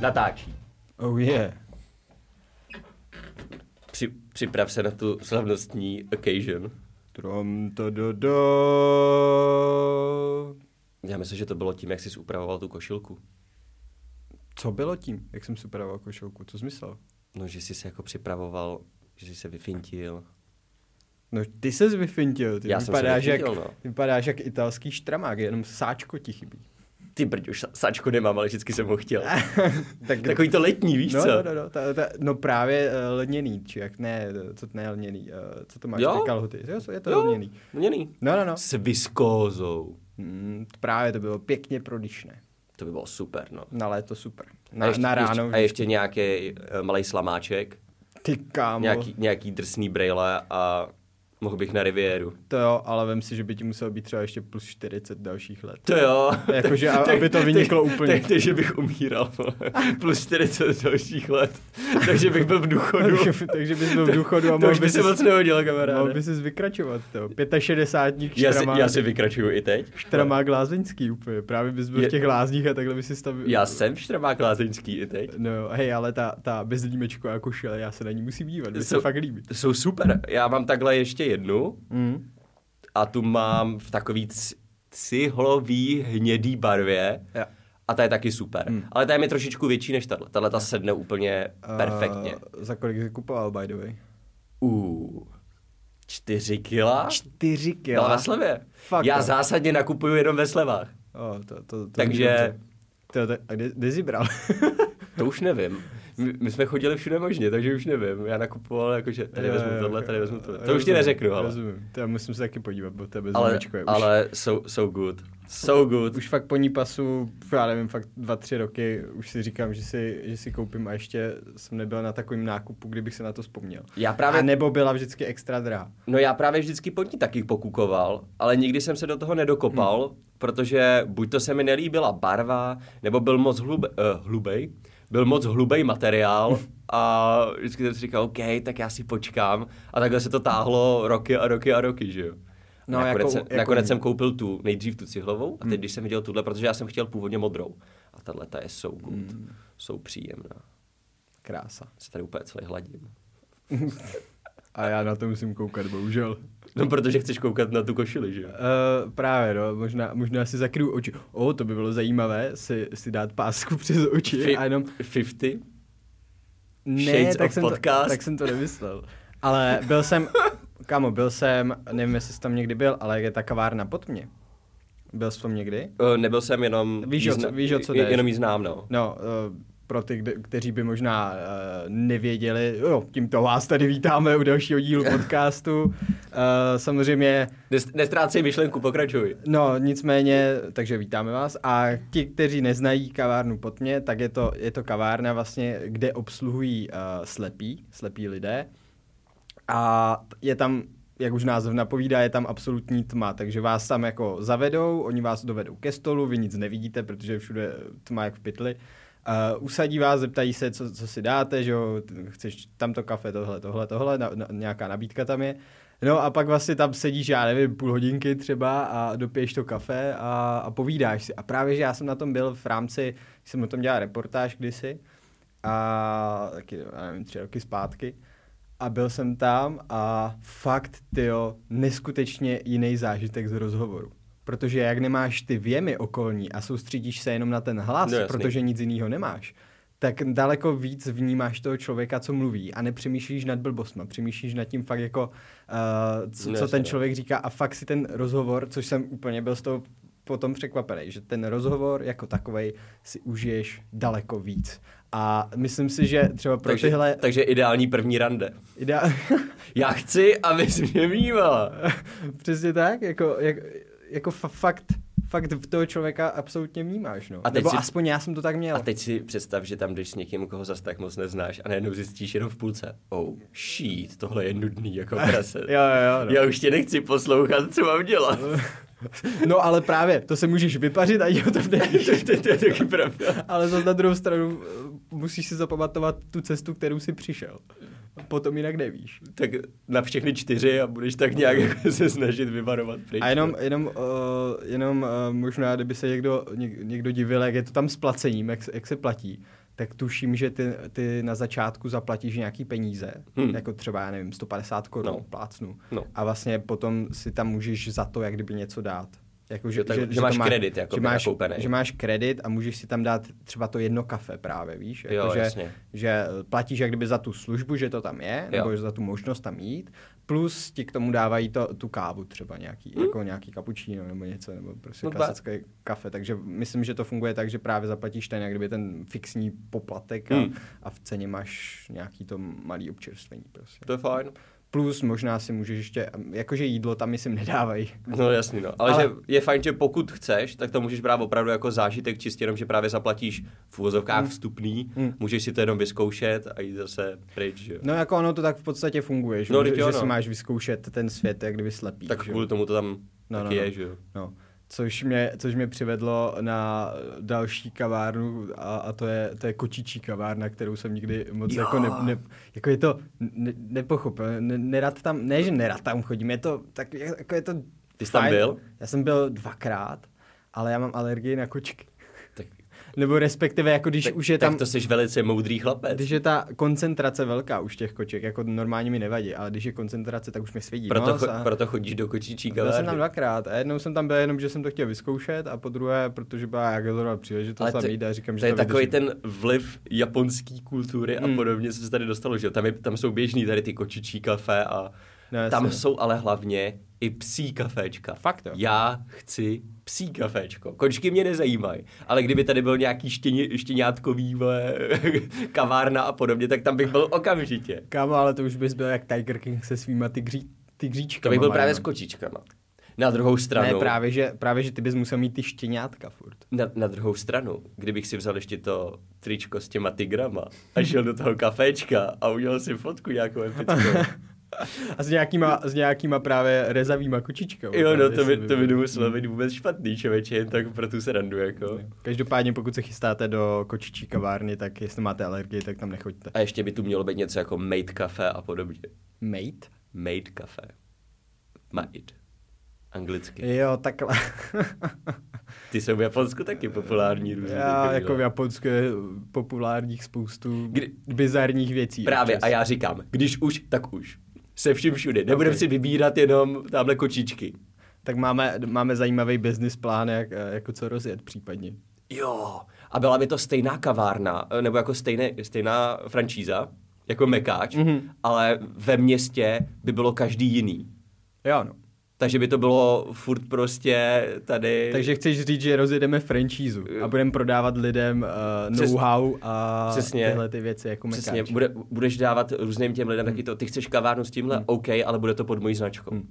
natáčí. Oh yeah. Při, připrav se na tu slavnostní occasion. Trom to do do. Já myslím, že to bylo tím, jak jsi upravoval tu košilku. Co bylo tím, jak jsem si upravoval košilku? Co smysl? No, že jsi se jako připravoval, že jsi se vyfintil. No, ty se vyfintil, ty Já jsem se vypadáš, jak, vyfintil, no. ty vypadáš jak italský štramák, jenom sáčko ti chybí. Ty brď, už sa- sáčko nemám, ale vždycky jsem ho chtěl. Eh, Tak, Takový to letní, víš no, co? no, no, no, ta, ta, no právě uh, lněný, či jak ne, co ne lněný, uh, co to máš, Jo? ty kalhoty, jo, je to Jo. lněný. Měný. No, no, no, S viskózou. mm, právě to bylo pěkně prodyšné, To by bylo super, no. na léto super, a na, ještě, na ráno, Ještě, a ještě nějaký uh, malý slamáček, ty kámo, nějaký, nějaký drsný brejle a mohl bych na riviéru. to jo, ale vem si, že by ti muselo být třeba ještě plus 40 dalších let. To jo. Jakože, a- aby to vyniklo úplně. Tak, takže bych umíral. vole. Plus 40 dalších let. Takže bych byl v důchodu. takže, takže bys byl v důchodu a to mohl už by bys, se moc nehodil, mohl kamaráde. bys vykračovat, to, 65 Já si, já si vykračuju i teď. Štramák lázeňský úplně, právě bys byl Je- v těch lázních a takhle by si stavil. Já jsem štramák lázeňský i teď. No jo, hej, ale ta, ta bezlímečková košile, já se na ní musím dívat, mi se Jsou- fakt líbí. Jsou super. Já mám takhle ještě jednu Mm. a tu mám v takový c- cihlový hnědý barvě. Jo. A ta je taky super. Hmm. Ale ta je mi trošičku větší než tahle. Tahle ta sedne úplně perfektně. Uh, za kolik jsi kupoval, by the way? Uh, čtyři kila? Čtyři kila. Byla na slevě. Fakt, Já jo. zásadně nakupuju jenom ve slevách. O, to, to, to Takže- je dobře. To, to, a kde, kde jsi bral? To už nevím. My, my jsme chodili všude možně, takže už nevím. Já nakupoval jakože tady Jo, vezmu jo, tohle, jo, tady vezmu jo, tohle. To rozumím, už ti neřeknu, ale. Rozumím, to já musím se taky podívat, bo to je Ale, bezlímečkové už. ale so, so good. So good. Už fakt po ní pasu, já nevím, fakt dva, tři roky, už si říkám, že si, že si koupím a ještě jsem nebyl na takovém nákupu, kdybych se na to vzpomněl. Já právě- A nebo byla vždycky extra drahá. No já právě vždycky pod ní taky pokukoval, ale nikdy jsem se do toho nedokopal, Hmm. protože buď to se mi nelíbila barva, nebo byl moc hlube, uh, hlubej, byl moc hlubej materiál a vždycky jsem si říkal, OK, tak já si počkám. A takhle se to táhlo roky a roky a roky, že jo. No, No, nakonec, jako- jsem, jako- Hmm. nakonec jsem koupil tu, nejdřív tu cihlovou a teď, když jsem viděl tuhle, protože já jsem chtěl původně modrou. A tahle ta je so good, Hmm. jsou příjemná. Krása. Se tady úplně celý hladím. A já na to musím koukat, bohužel. No, protože chceš koukat na tu košili, že jo? Uh, právě, no, možná, možná si zakryju oči. O, oh, to by bylo zajímavé, si, si dát pásku přes oči Fi- a jenom... 50? Ne, Shades tak of jsem, podcast. To, tak jsem to nemyslel. Ale byl jsem, kamo, byl jsem, nevím, jestli jsi tam někdy byl, ale je ta kavárna pod mě. Byl jsi tam někdy? Eh, Nebyl jsem jenom... Víš, jí o co- zna- víš, o co je- jdeš. Jenom jí znám, no. No, eh, pro ty, kde- kteří by možná eh, nevěděli, jo, tímto vás tady vítáme u dalšího dílu podcastu. Eh, Samozřejmě, Nes- Nestrácej myšlenku, pokračuj. no nicméně, takže vítáme vás. A ti, kteří neznají kavárnu pod mě, tak je to, je to kavárna vlastně, kde obsluhují eh, slepí, slepí lidé. A t- je tam, jak už název napovídá, je tam absolutní tma, takže vás tam jako zavedou, oni vás dovedou ke stolu, vy nic nevidíte, protože je všude tma jak v pytli. Uh, usadí vás, zeptají se, co, co si dáte, že jo, t- chceš tamto kafe, tohle, tohle, tohle, na, na, nějaká nabídka tam je. No a pak vlastně tam sedíš, já nevím, půl hodinky třeba a dopiješ to kafe a, a povídáš si. A právě, že já jsem na tom byl v rámci, jsem o tom dělal reportáž kdysi, a taky, já nevím, tři roky zpátky. A byl jsem tam a fakt, tyjo, neskutečně jiný zážitek z rozhovoru. Protože jak nemáš ty věmy okolní a soustředíš se jenom na ten hlas, No, no, jasný. protože nic jiného nemáš, tak daleko víc vnímáš toho člověka, co mluví a nepřemýšlíš nad blbostma, přemýšlíš nad tím fakt jako, uh, co, No, co jasně, ten no. člověk říká a fakt si ten rozhovor, což jsem úplně byl z toho potom překvapený, že ten rozhovor jako takovej si užiješ daleko víc. A myslím si, že třeba pro takže, tyhle... takže ideální první rande. Idea... Já chci, abys mě mývala. Přesně tak, jako, jak, jako fa- fakt, fakt v toho člověka absolutně vnímáš, no. A A teď Nebo si- si... aspoň já jsem to tak měl. A teď si představ, že tam jdeš s někým, koho zas tak moc neznáš a najednou zjistíš jenom v půlce. Oh, shit, tohle je nudný jako prase. Jo, jo, jo. No. Já už tě nechci poslouchat, co mám dělat. no ale právě, to se můžeš vypařit a o tom nevíš. to, to, to je taky pravda. Ale zase na druhou stranu eh, musíš si zapamatovat tu cestu, kterou si přišel. Potom jinak nevíš. Tak na všechny čtyři a budeš tak nějak jako se snažit vyvarovat pryč. A jenom, jenom, uh, jenom uh, možná, kdyby se někdo, něk, někdo divil, jak je to tam s placením, jak, se- jak se platí, tak tak tuším, že ty, ty na začátku zaplatíš nějaký peníze, Hmm. hmm. jako třeba, já nevím, 150 korun, No. no. plácnu. No. A vlastně potom si tam můžeš za to jak kdyby něco dát. Jako, Že tak- že to máš kredit, jakoby, že máš, nakoupenej. že máš kredit a můžeš si tam dát třeba to jedno kafe právě, víš? Jako, Jo, že, jasně. že platíš jak kdyby za tu službu, že to tam je, nebo že za tu možnost tam jít, plus ti k tomu dávají to, tu kávu třeba nějaký, hmm. jako nějaký kapučíno nebo něco, nebo prostě Not bad. klasické kafe, takže myslím, že to funguje tak, že právě zaplatíš ten jak kdyby ten fixní poplatek a, Hmm. hmm. a v ceně máš nějaký to malý občerstvení prostě. To je fajn. Plus možná si můžeš ještě, jakože jídlo tam myslím nedávají. No jasný, no. Ale, Ale, Ale- že je fajn, že pokud chceš, tak to můžeš brát opravdu jako zážitek, čistě jenom, že právě zaplatíš v úvozovkách vstupný, Mm. můžeš si to jenom vyzkoušet a jít zase pryč, že jo. No jako ono to tak v podstatě funguje, že, No, no, vždyť že, jo, že no. si máš vyzkoušet ten svět jak kdyby slepý. Tak Mm. že? kvůli tomu to tam no, No, taky no, no. je, že jo. No, což mě, což mě přivedlo na další kavárnu a, a to, je, to je kočičí kavárna, kterou jsem nikdy moc Jo. jako, ne, ne, jako je to ne, nepochopil, ne, nerad tam, ne, že nerad tam chodím, je to tak, jako je to Ty jsi tam fajn. byl? Já jsem byl dvakrát, ale já mám alergii na kočky. Tak, Nebo respektive, jako když tak, už je tam... tak to jsi velice moudrý chlapec. Když je ta koncentrace velká už těch koček, jako normálně mi nevadí, ale když je koncentrace, tak už mi svědí Proto, nos cho, a... proto chodíš do kočičí no, Byl jsem tam kavárny. dvakrát a jednou jsem tam byl jenom, že jsem to chtěl vyzkoušet a po druhé, protože byla jaká zrovna příležitost tam jít a říkám, že to je to takový vydržím. ten vliv japonský kultury a Mm. podobně, co se tady dostalo, že jo. tam, je, tam jsou běžný tady ty kočičí kafe a No, jasně. tam jsou ale hlavně i psí kaféčka. Fakt jo? Já chci psí kaféčko. Kočky mě nezajímají, ale kdyby tady byl nějaký štěně, štěňátkový vole, kavárna a podobně, tak tam bych byl okamžitě. Kámo, ale to už bys byl jak Tiger King se svýma tygří, To tygříčkama. bych byl Marino. právě s kočičkama. Na druhou stranu, no, Ne, právě že, právě, že ty bys musel mít ty štěňátka furt. na, na druhou stranu, kdybych si vzal ještě to tričko s těma tigrama a šel do toho kaféčka a udělal si fotku nějakou epickou. A s nějakýma, s nějakýma právě rezavýma kočičkama. Jo, no právě to by, si to by byl. nemuselo být vůbec špatný, člověče, jen tak pro tu srandu, jako. Každopádně, pokud se chystáte do kočičí kavárny, tak jestli máte alergii, tak tam nechoďte. A ještě by tu mělo být něco jako made kafe a podobně. Mate? Made kafe. Made. Anglicky. Jo, takhle. Ty jsou v Japonsku taky populární různě. Já takovýhle. jako v Japonsku je populárních spoustu Kdy- Kdy... bizarních věcí. Právě, občas. a já říkám, když už, tak už. Se vším všude. Nebudem Ok. si vybírat jenom tamhle kočičky. Tak máme, máme zajímavý business plán, jak, eh, jako co rozjet případně. Jo. A byla by to stejná kavárna, eh, nebo jako stejné, stejná franšíza, jako mekáč, Mhm. mm-hmm. ale ve městě by bylo každý jiný. Jo, no. Takže by to bylo furt prostě tady... Takže chceš říct, že rozjedeme franšízu a budeme prodávat lidem uh, Přes- know-how a přesně. tyhle ty věci jako mekáč. Mhm. Přesně, bude, budeš dávat různým těm lidem taky to, ty chceš kavárnu s tímhle, OK, ale bude to pod mojí značkou.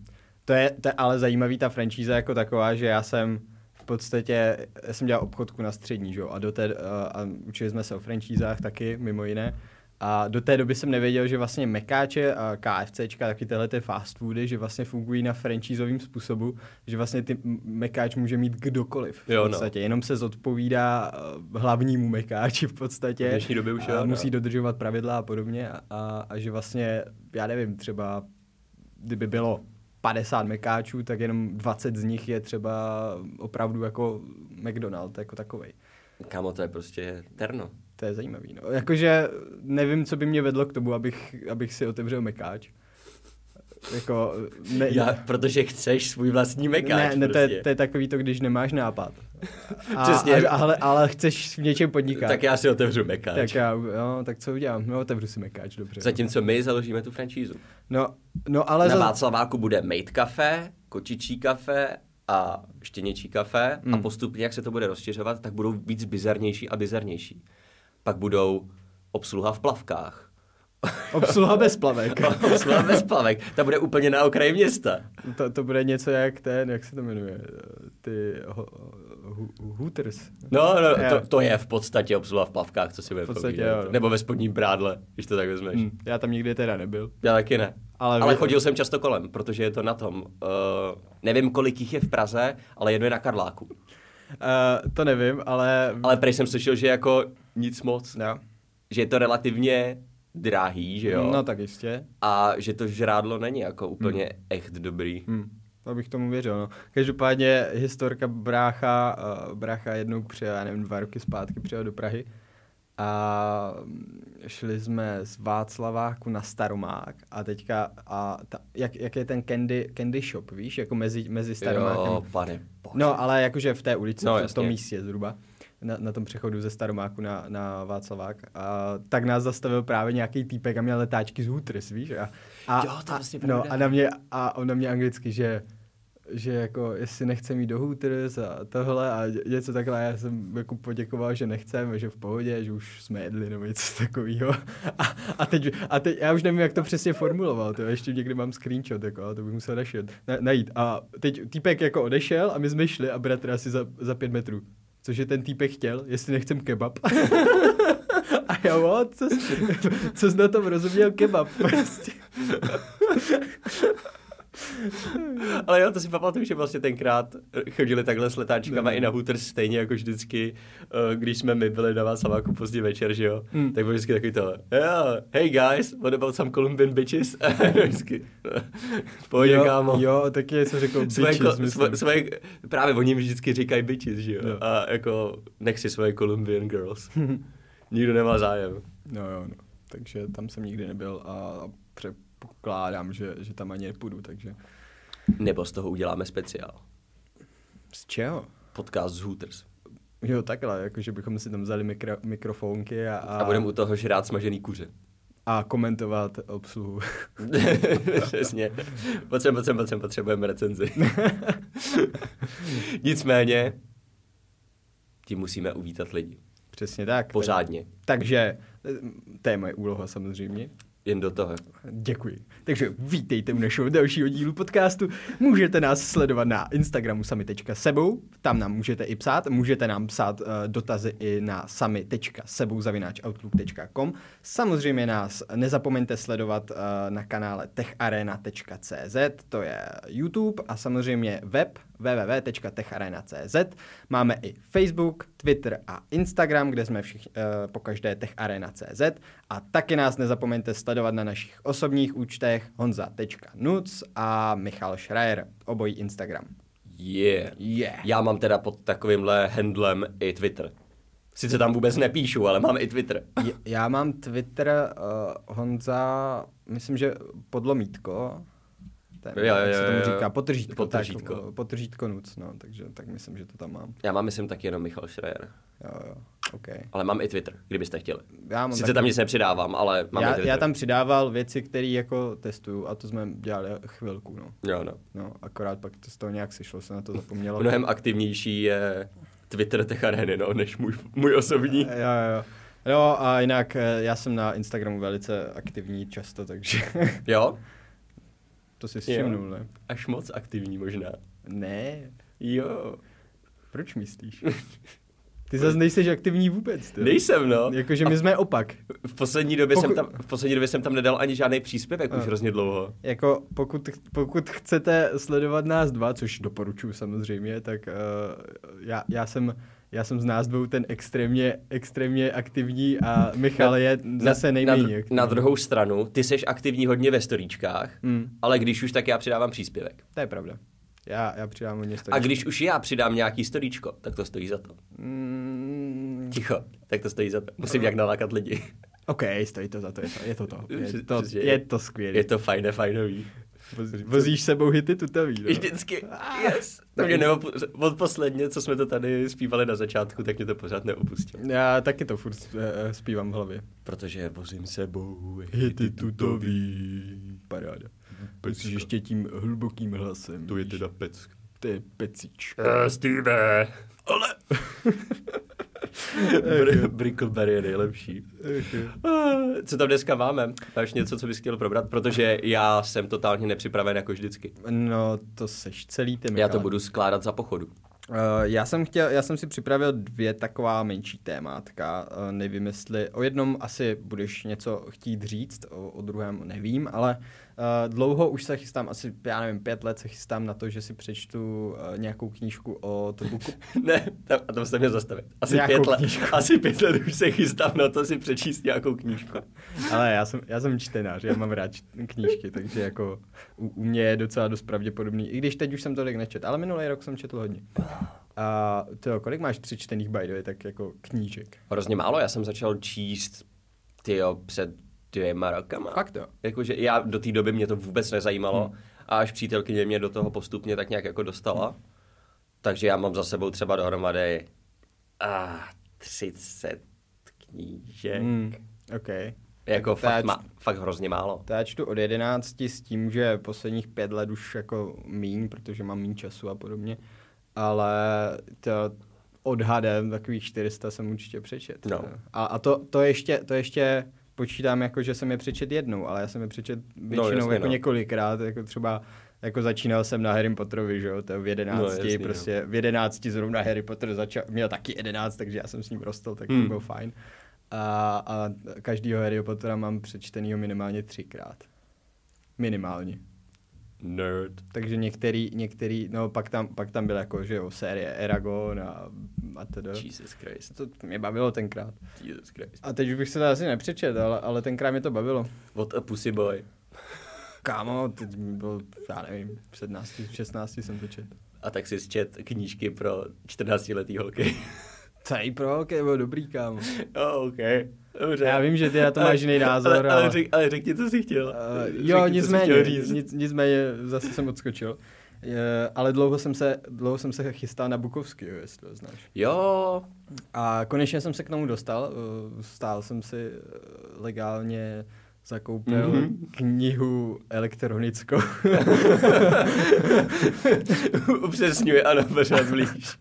To je, to je ale zajímavý ta franšíza jako taková, že já jsem v podstatě, já jsem dělal obchodku na střední, že? jo, a, do té, a, a učili jsme se o franšízách taky, mimo jiné. A do té doby jsem nevěděl, že vlastně mekáče a KFCčka, taky tyhle ty fast foody, že vlastně fungují na franšízovým způsobu, že vlastně ty m- mekáč může mít kdokoliv v Jo, no. podstatě. Jenom se zodpovídá eh, hlavnímu mekáči v podstatě. V dnešní době už a jo, no. musí dodržovat pravidla a podobně a, a, a že vlastně, já nevím, třeba kdyby bylo 50 mekáčů, tak jenom 20 z nich je třeba opravdu jako McDonald jako takovej. Kámo, to je prostě terno. To je zajímavý. No. Jakože nevím, co by mě vedlo k tomu, abych, abych si otevřel mekáč. Jako, ne, Já, protože chceš svůj vlastní mekáč ne, ne to, prostě. je, to je takový to, když nemáš nápad. A, Přesně. A, ale, ale chceš v něčem podnikat. Tak já si otevřu mekáč. tak, já, no, tak co udělám? No, otevřu si mekáč, dobře. Zatímco my založíme tu franšízu. No, no Ale ale Na za- Václaváku bude made kafe, kočičí kafe a štěněčí kafe a Hmm. postupně, jak se to bude rozšiřovat, tak budou víc bizarnější a bizarnější. Pak budou obsluha v plavkách. obsluha bez plavek. No. obsluha bez plavek. Ta bude úplně na okraji města. To, to bude něco jak ten, jak se to jmenuje, ty ho, ho, Hooters. No, no Jo. to, to, je v podstatě obsluha v plavkách, co si bude V podstatě jo, no. Nebo ve spodním prádle, když to tak vezmeš. Hm, Já tam nikdy teda nebyl. Já taky ne. Ale, Ale ale vy- chodil jsem často kolem, protože je to na tom. Uh, nevím, kolik jich je v Praze, ale jedno je na Karláku. Uh, to nevím, ale... Ale prej jsem slyšel, že jako nic moc. No, Že je to relativně drahý, že jo? no tak Hmm. jistě. A že to žrádlo není jako úplně echt dobrý. Hm. Abych tomu věřil, no. Každopádně eh, historka brácha, uh, brácha jednou přijel, já nevím, dva roky zpátky přijel do Prahy a mm, šli jsme z Václaváku na Staromák a teďka, a ta, jak, jak, je ten candy, candy shop, víš, jako mezi, mezi Staromákem. Jo, pane bože. No, ale jakože v té ulici, No, no, v jasně. tom místě zhruba, na, na tom přechodu ze Staromáku na, na Václavák, a, tak nás zastavil právě nějaký týpek a měl letáčky z Hooters, víš? A, a, Jo, to je vlastně a, no, pravda. a, na mě, a on na mě anglicky, že že jako jestli nechce jít do Hooters a tohle a ně- něco takhle, a já jsem jako poděkoval, že nechcem, že v pohodě, že už jsme jedli nebo něco takového. A, a, teď, a teď, já už nevím, jak to přesně formuloval, to ještě někde mám screenshot, jako, ale to bych musel našet, na, najít. A teď týpek jako odešel a my jsme šli a bratr asi za, za pět metrů. Což je ten týpek chtěl, jestli nechcem kebab. A já, o, co, jsi- co jsi na tom rozuměl kebab? Prostě. Ale jo, to si pamatuju, že vlastně tenkrát chodili takhle s letáčkama No. i na Hooters stejně jako vždycky, eh, když jsme my byli na Václaváku pozdě večer, že jo? Hmm. Tak byl vždycky takový to, "Jo, hey guys, what about some Colombian bitches? vždycky, v pohodě, kámo. jako- jo, jo, taky něco řekl Svoje, bitches, ko- Jako myslím. svoje, svoje, právě oni vždycky říkají bitches, že jo? Jo. A jako, nech si svoje Colombian girls. Nikdo nemá zájem. No jo, no. Takže tam jsem nikdy nebyl a předpokládám, že, že tam ani nepůjdu, takže... Nebo z toho uděláme speciál. Z čeho? Podcast z Hooters. Jo, takhle, jakože bychom si tam vzali mikro, mikrofonky a, A, a budeme u toho žrát smažený kuře. a komentovat obsluhu. Přesně. Potřebujeme, potřebujeme, potřebujeme, potřebujeme recenzi. Nicméně, tím musíme uvítat lidi. Přesně tak. Pořádně. Takže eh, to je moje úloha samozřejmě. Jen do toho. Děkuji. Takže vítejte u našeho dalšího dílu podcastu. Můžete nás sledovat na Instagramu sami.sebou, tam nám můžete i psát, můžete nám psát uh, dotazy i na sami.sebou.outlook.com. Samozřejmě nás nezapomeňte sledovat uh, na kanále techarena.cz, to je YouTube a samozřejmě web www.techarena.cz. Máme i Facebook, Twitter a Instagram, kde jsme všichni eh, pokaždé techarena.cz a taky nás nezapomeňte sledovat na našich osobních účtech honza.nuc a Michal Schreier, obojí Instagram. Yeah. Yeah. Já mám teda pod takovýmhle handlem i Twitter. Sice tam vůbec nepíšu, ale mám i Twitter. J- Já mám Twitter uh, Honza, myslím, že podlomítko. Ten, Jo, jo, jak se tomu jo, jo. říká, potržítko. Potržítko. Tak, eh, potržítko nuc, no, takže tak myslím, že to tam mám. Já mám, myslím, taky jenom Michal Schreier. Jo, jo, OK. Ale mám i Twitter, kdybyste chtěli. Já mám Sice taky- tam nic nepřidávám, ale mám i já, Twitter. já tam přidával věci, které jako testuju a to jsme dělali chvilku, no. Jo, no. No, akorát pak to z toho nějak sešlo, se na to zapomnělo. Mnohem aktivnější je Twitter Tech Areny, no, než můj, můj osobní. Jo, jo, jo. No a jinak eh, já jsem na Instagramu velice aktivní často, takže Jo? to si všimnul, ne? Až moc aktivní možná. Ne, Jo. proč myslíš? Ty zase nejseš aktivní vůbec, ty. Nejsem, no. Jakože my jsme opak. V poslední, době Poku- jsem tam, v poslední době jsem tam nedal ani žádný příspěvek A. už hrozně dlouho. Jako pokud, pokud chcete sledovat nás dva, což doporučuji samozřejmě, tak uh, já, já, jsem, já jsem z nás dvou ten extrémně, extrémně aktivní a Michal je zase na, na, nejméně. dru- aktivní. na druhou stranu, ty seš aktivní hodně ve storíčkách, Hmm. ale když už, tak já přidávám příspěvek. To je pravda. Já, já přidám hodně A story. když už já přidám nějaký storíčko, tak to stojí za to. Mm, Ticho, tak to stojí za to. Musím nějak nalákat lidi. OK, stojí to za to, je to, je to, to. Je Přes- to, přesně. je to skvělé. Je to fajné, fajnový. Voz- Vozíš sebou hity tutavý, no? Vždycky, yes. To mě neopu- od posledně, co jsme to tady zpívali na začátku, tak mě to pořád neopustilo. Já taky to furt eh, zpívám v hlavě. Protože vozím sebou Hity tutový. Paráda. Pecka. Protože ještě tím hlubokým hlasem. To je víš. teda pecka. To je pecič. Uh, Steve, ale... Br- Brickleberry je nejlepší. Eh, Co tam dneska máme? Máš něco, co bys chtěl probrat? Protože já jsem totálně nepřipraven jako vždycky. No, to seš celý ty, Já Michale. to budu skládat za pochodu. Uh, já, jsem chtěl, já jsem si připravil dvě taková menší témátka. Uh, nevím, jestli o jednom asi budeš něco chtít říct, o, o druhém nevím, ale uh, dlouho už se chystám, asi já nevím, pět let se chystám na to, že si přečtu uh, nějakou knížku o Tobuku. Ne, tam, a tam se mě zastavit. Asi Nějakou pět, let, knížku. asi pět let už se chystám na to si přečíst nějakou knížku. ale já jsem, já jsem čtenář, já mám rád čt- knížky, takže jako u, u mě je docela dost pravděpodobný, i když teď už jsem tolik nečet, ale minulý rok jsem četl hodně. A to, kolik máš přečtených by the way, tak jako knížek? Hrozně málo, já jsem začal číst tyjo, před dvěma rokama. Fakt jo. Jakože já do té doby mě to vůbec nezajímalo hmm. a až přítelkyně mě do toho postupně tak nějak jako dostala. Takže já mám za sebou třeba dohromady a 30 knížek. Hmm. OK. Jako To já fakt, č- ma, fakt hrozně málo. To já čtu od 11 s tím, že posledních pět let už jako míň, protože mám míň času a podobně, ale to odhadem takových 400 jsem určitě přečet. No. A, a to, to, ještě, to ještě počítám jako, že jsem je přečet jednou, ale já jsem je přečet většinou jasně, jako no. několikrát, jako třeba jako začínal jsem na Harry Potterovi, že jo, to je v No, 11, jasný, no, no. prostě v 11 zrovna Harry Potter začal, měl taky 11, takže já jsem s ním rostl, tak Hmm. to bylo fajn. A, a každýho Harry Pottera mám přečtenýho minimálně třikrát. Minimálně. Nerd. Takže některý, některý, no pak tam, pak tam byl jako, že jo, série Eragon a, a teda. No. Jesus Christ. To mě bavilo tenkrát. Jesus Christ. A teď už bych se to asi nepřečet, ale, ale tenkrát mě to bavilo. What a pussy boy. Kámo, teď mi bylo, já nevím, v 17, v 16 jsem to četl. A tak si zčet knížky pro 14-letý holky. Tady pro holky bylo dobrý, kámo. oh, OK. Dobře. Já vím, že ty na to máš jiný názor, ale... Ale, ale- řek, ale řekni, co jsi chtěl. Uh, Řekni, co jo, jsi nicméně, chtěl říct. nic, nicméně, zase jsem odskočil. Uh, ale dlouho jsem, se, dlouho jsem se chystal na Bukovský, jestli ho znáš. Jo, A konečně jsem se k tomu dostal. eh, Stál jsem si eh, legálně zakoupil Mhm. mm-hmm. knihu elektronickou. upřesňuje, ano, pořád blíž.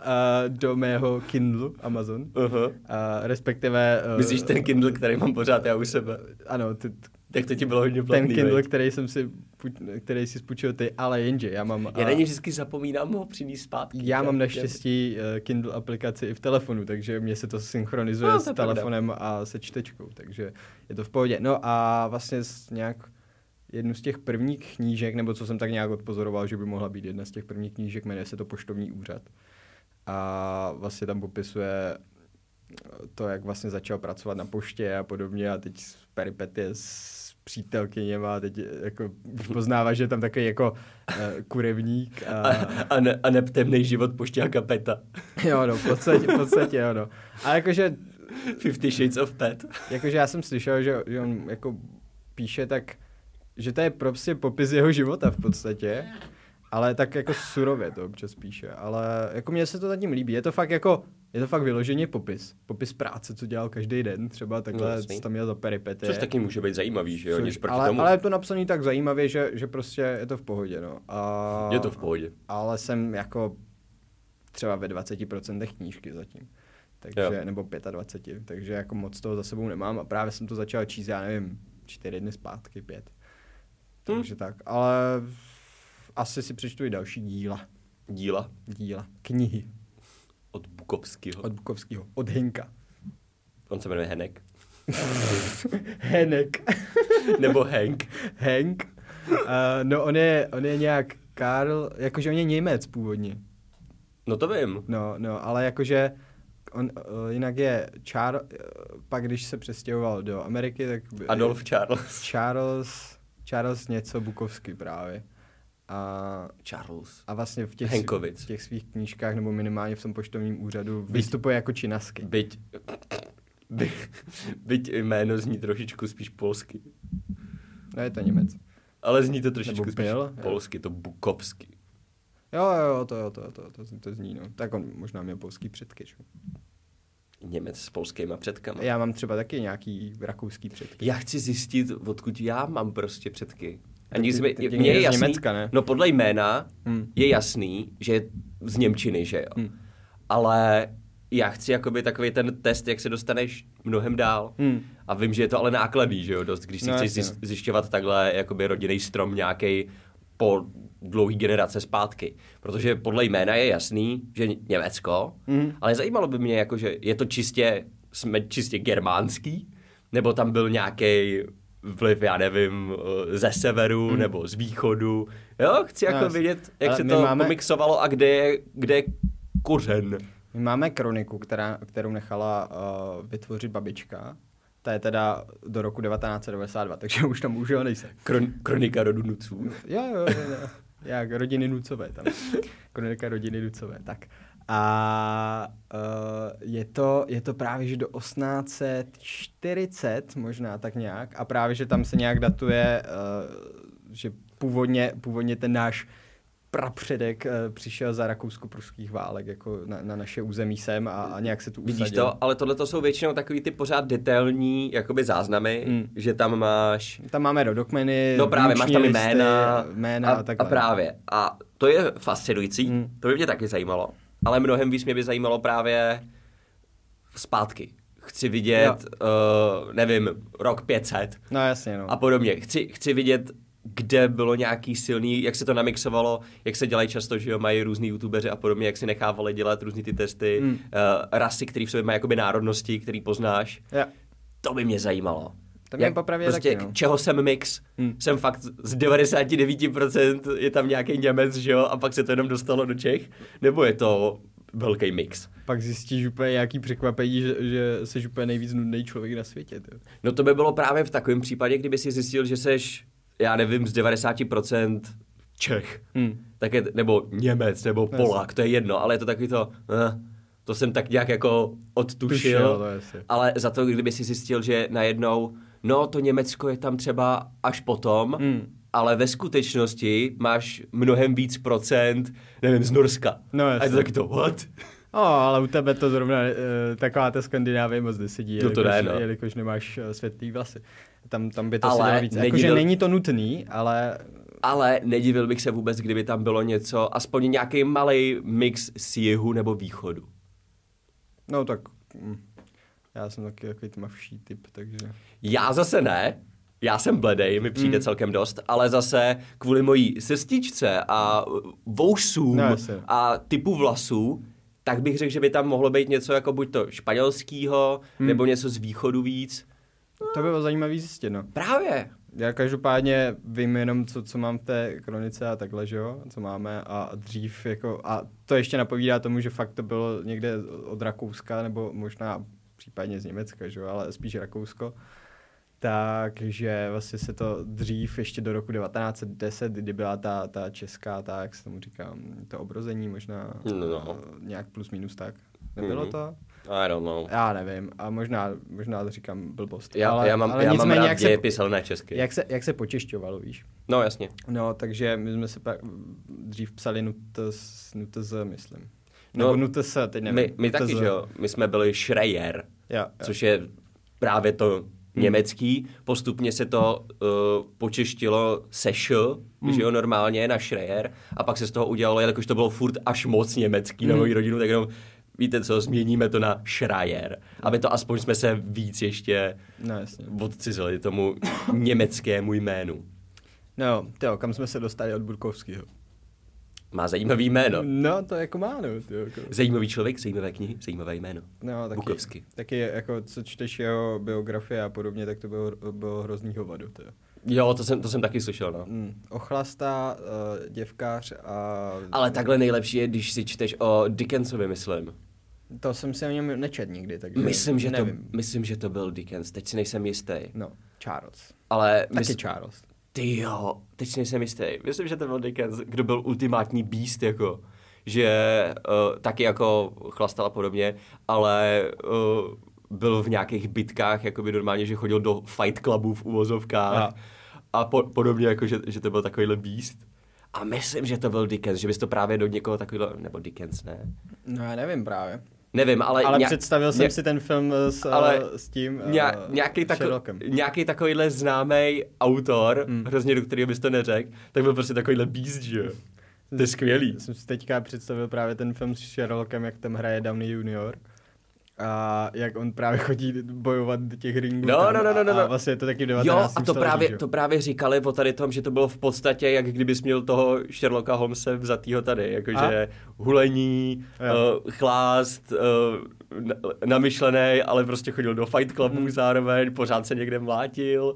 a do mého Kindlu Amazon. Uh-huh. A respektive... eh, Myslíš ten Kindle, který mám pořád já u sebe? Ano, ty, Tak to ti bylo hodně ten platný, Kindle, veď? který jsem si, pu- který si spůjčil ty, ale jenže já mám... eh, Já a- na něj vždycky zapomínám ho přinést zpátky. Já Tak- mám naštěstí eh, Kindle aplikaci i v telefonu, takže mě se to synchronizuje No, to s je pravda. telefonem a se čtečkou, takže je to v pohodě. No a vlastně s nějak jednu z těch prvních knížek, nebo co jsem tak nějak odpozoroval, že by mohla být jedna z těch prvních knížek, jmenuje se to Poštovní úřad. A vlastně tam popisuje to, jak vlastně začal pracovat na poště a podobně a teď peripetie s přítelkyněma a teď jako už poznává, že je tam takový jako eh, kurevník. A, a, ne, a neptemnej život pošťáka Peta. Jo, no, v podstatě, v podstatě jo, no. A jakože, Fifty Shades of Pet. jakože já jsem slyšel, že, že on jako píše tak, že to je prostě popis jeho života v podstatě, ale tak jako surově to občas píše, ale jako mně se to zatím líbí, je to fakt jako, je to fakt vyloženě popis, popis práce, co dělal každý den, třeba No, takhle, jasný. co tam měl za peripety. Což taky může být zajímavý, že jo, nic proti ale, tomu. ale je to napsaný tak zajímavě, že, že prostě je to v pohodě, no. A... Je to v pohodě. ale jsem jako třeba ve 20% knížky zatím. Takže, Jo. jo. nebo 25, takže jako moc toho za sebou nemám a právě jsem to začal číst, já nevím, čtyři dny zpátky, pět. Takže tak, ale asi si přečtu i další díla. Díla Díla. Knihy od Bukovského. od Bukovského, od Henka. On se jmenuje Henek. Henek. Nebo Henk. Henk. Uh, no on je, on je nějak Karl, jakože on je Němec původně. No to vím. No, no, ale jakože on uh, jinak je Char, uh, pak když se přestěhoval do Ameriky, tak by- Adolf Charles. Charles, Charles něco Bukovský právě. A, Charles. a vlastně v těch, Henkovic. v těch svých knížkách, nebo minimálně v tom poštovním úřadu, vystupuje jako činasky. Byť, by, byť jméno zní trošičku spíš polsky. No je to Němec. Ale zní to trošičku Nebo spíš byl, jo. polsky, to bukovsky. Jo, jo, jo, to, jo, to, jo, to, to, to, to zní, no. Tak on možná měl polský předky, že? jo. Němec s polskýma předkama. Já, Já mám třeba taky nějaký rakouský předky. já chci zjistit, odkud já mám prostě předky. A Tak nikdy ty- jsem, je- ty- ty mně je někde z jasný, Německa, ne? no podle jména Hmm. je jasný, že je z Němčiny, že jo. Hmm. Ale já chci jakoby takový ten test, jak se dostaneš mnohem dál. Hmm. A vím, že je to ale nákladný, že jo, dost, když si No, no, chceš jasně, zjist, no. zjišťovat takhle jakoby rodinný strom nějaký po dlouhý generace zpátky. Protože podle jména je jasný, že Německo, Mhm. mm. ale zajímalo by mě, jako, že je to čistě, jsme čistě germánský, nebo tam byl nějaký vliv, já nevím, eh, ze severu mm. nebo z východu. Jo, chci Mhm. No, jako jasně. vidět, jak Ale se my to máme... máme- pomixovalo a kde je, kde je kořen. My máme kroniku, která, kterou nechala uh, vytvořit babička. Ta je teda do roku 1992, takže už tam už jo nejsem. Kron, kronika rodu nuců. Jo, jo, jo. jo. Jak rodiny Nucové tam. Kronika rodiny Nucové, tak. A uh, je, to, je to právě, že do 1840 možná tak nějak a právě, že tam se nějak datuje, uh, že původně, původně ten náš prapředek uh, přišel za rakousko-pruských válek jako na, na naše území sem a, a nějak se tu usadil. Vidíš to, ale tohle to jsou většinou takový ty pořád detailní jakoby záznamy, Mm. že tam máš Tam máme rodokmeny, No právě, máš vnitřní tam listy, jména, jména a, a, a takhle. právě. A to je fascinující, Mm. to by mě taky zajímalo. Ale mnohem víc mě by zajímalo právě zpátky. Chci vidět, uh, nevím, rok 500 No jasně, no. a podobně. Chci, chci vidět, kde bylo nějaký silný, jak se to namixovalo, jak se dělají často, že jo, mají různý youtubeři a podobně, jak si nechávali dělat různý ty testy, Mm. uh, rasy, které v sobě mají jakoby národnosti, který poznáš. Ja. To by mě zajímalo. To mě popravdě prostě taky, no. k čeho jsem mix? Hmm. Jsem fakt z 99% je tam nějaký Němec, že jo, a pak se to jenom dostalo do Čech? Nebo je to velký mix? Pak zjistíš úplně nějaký překvapení, že, že jsi úplně nejvíc nudný člověk na světě. Ty. No to by bylo právě v takovém případě, kdyby si zjistil, že seš, já nevím, z 90% Čech. Hmm. Tak je, nebo Němec, nebo Polák, to je jedno, ale je to takový to, eh, to jsem tak nějak jako odtušil. Tušil, to jasně. ale za to, kdyby si zjistil, že najednou, no to Německo je tam třeba až potom, Mm. ale ve skutečnosti máš mnohem víc procent, nevím, z Norska. No a je to jasně. taky to, what? O, No, ale u tebe to zrovna uh, taková ta Skandinávie moc nesedí, No to jelikož, ne, no. jelikož nemáš uh, světlý vlasy. Tam, tam by to Ale ale se dalo víc. není Jakože to- není to nutný, ale Ale nedivil bych se vůbec, kdyby tam bylo něco, aspoň nějaký malý mix z jihu nebo východu. no tak... Mm. Já jsem taky takový tmavší typ, takže... Já zase ne, já jsem bledej, mi přijde Mm. celkem dost, ale zase kvůli mojí sestičce a vousům No, jasně. a typu vlasů, tak bych řekl, že by tam mohlo být něco jako buď to španělskýho, Hmm. nebo něco z východu víc. No. To bylo zajímavý zjistit, no. Právě. Já každopádně vím jenom, co, co mám v té kronice a takhle, že jo, co máme a dřív jako, a to ještě napovídá tomu, že fakt to bylo někde od Rakouska, nebo možná případně z Německa, že jo, ale spíš Rakousko. Takže vlastně se to dřív ještě do roku 1910, kdy byla ta, ta česká, ta, jak se tomu říká, to obrození možná, No, no. eh, nějak plus minus tak. Nebylo Mhm. mm-hmm. to? I don't know. Já nevím, a možná, možná to říkám blbost. Já, ale, já mám, ale já mám nicméně, rád jak se, dějepis, ale ne česky. jak, se, jak se počešťovalo, víš? No jasně. No, takže my jsme se pak dřív psali NUTS, NUTS myslím. No, Nebo no, NUTS, teď nevím. My, my NUTS. taky, že jo. My jsme byli Schreier. Jo, jo. což je právě to Hmm. německý. Postupně se to uh, počeštilo se š, Hmm. že jo, normálně na Schreier a pak se z toho udělalo, jelikož to bylo furt až moc německý Hmm. na moji rodinu, tak jenom víte co, změníme to na Schreier, aby to aspoň jsme se víc ještě No, jasně. odcizili tomu německému jménu. No, jo, kam jsme se dostali od Burkovského? Má zajímavý jméno. No, to jako má, no. To jako... Zajímavý člověk, zajímavé knihy, zajímavé jméno. No, taky, Bukovsky. Taky, jako, co čteš jeho biografie a podobně, tak to bylo, bylo hrozný hovado, to jo. Jo, to jsem, to jsem taky slyšel, no. Mm, ochlasta, uh, děvkář a... Ale takhle nejlepší je, když si čteš o Dickensovi, myslím. To jsem si o něm nečet nikdy, takže Myslím že, to, nevím. myslím, že to byl Dickens, teď si nejsem jistý. No, Charles. Ale Taky mysl... Charles. Ty jo, teď si nejsem jistý. Myslím, že to byl Dickens, kdo byl ultimátní beast, jako. Že uh, taky jako chlastal a podobně, ale uh, byl v nějakých bitkách, jakoby normálně, že chodil do fight clubů v uvozovkách a, a po, podobně, jako, že, že to byl takovýhle beast. A myslím, že to byl Dickens, že bys to právě do někoho takového, nebo Dickens, ne? No, já nevím právě. Nevím, ale... Ale nějak- představil jsem nějak- si ten film eh, s, ale ale s tím Ně- eh, nějaký, tako, Sherlockem. Mm. nějaký takovýhle známý autor, hrozně do kterého bys to neřekl, tak byl prostě takovýhle beast, že jo. To je skvělý. Já Jsem si teďka představil právě ten film s Sherlockem, jak tam hraje Downey junior. A jak on právě chodí bojovat do těch ringů. No, tam no, no, no, a- no, A no. vlastně je to taky v 19. Jo, a to století, že právě, jo? to právě říkali o tady tom, že to bylo v podstatě, jak kdybys měl toho Sherlocka Holmese vzatýho tady, jakože hulení, Jo. uh, chlást, uh, namyšlený, ale prostě chodil do Hmm. fight clubů zároveň, pořád se někde mlátil,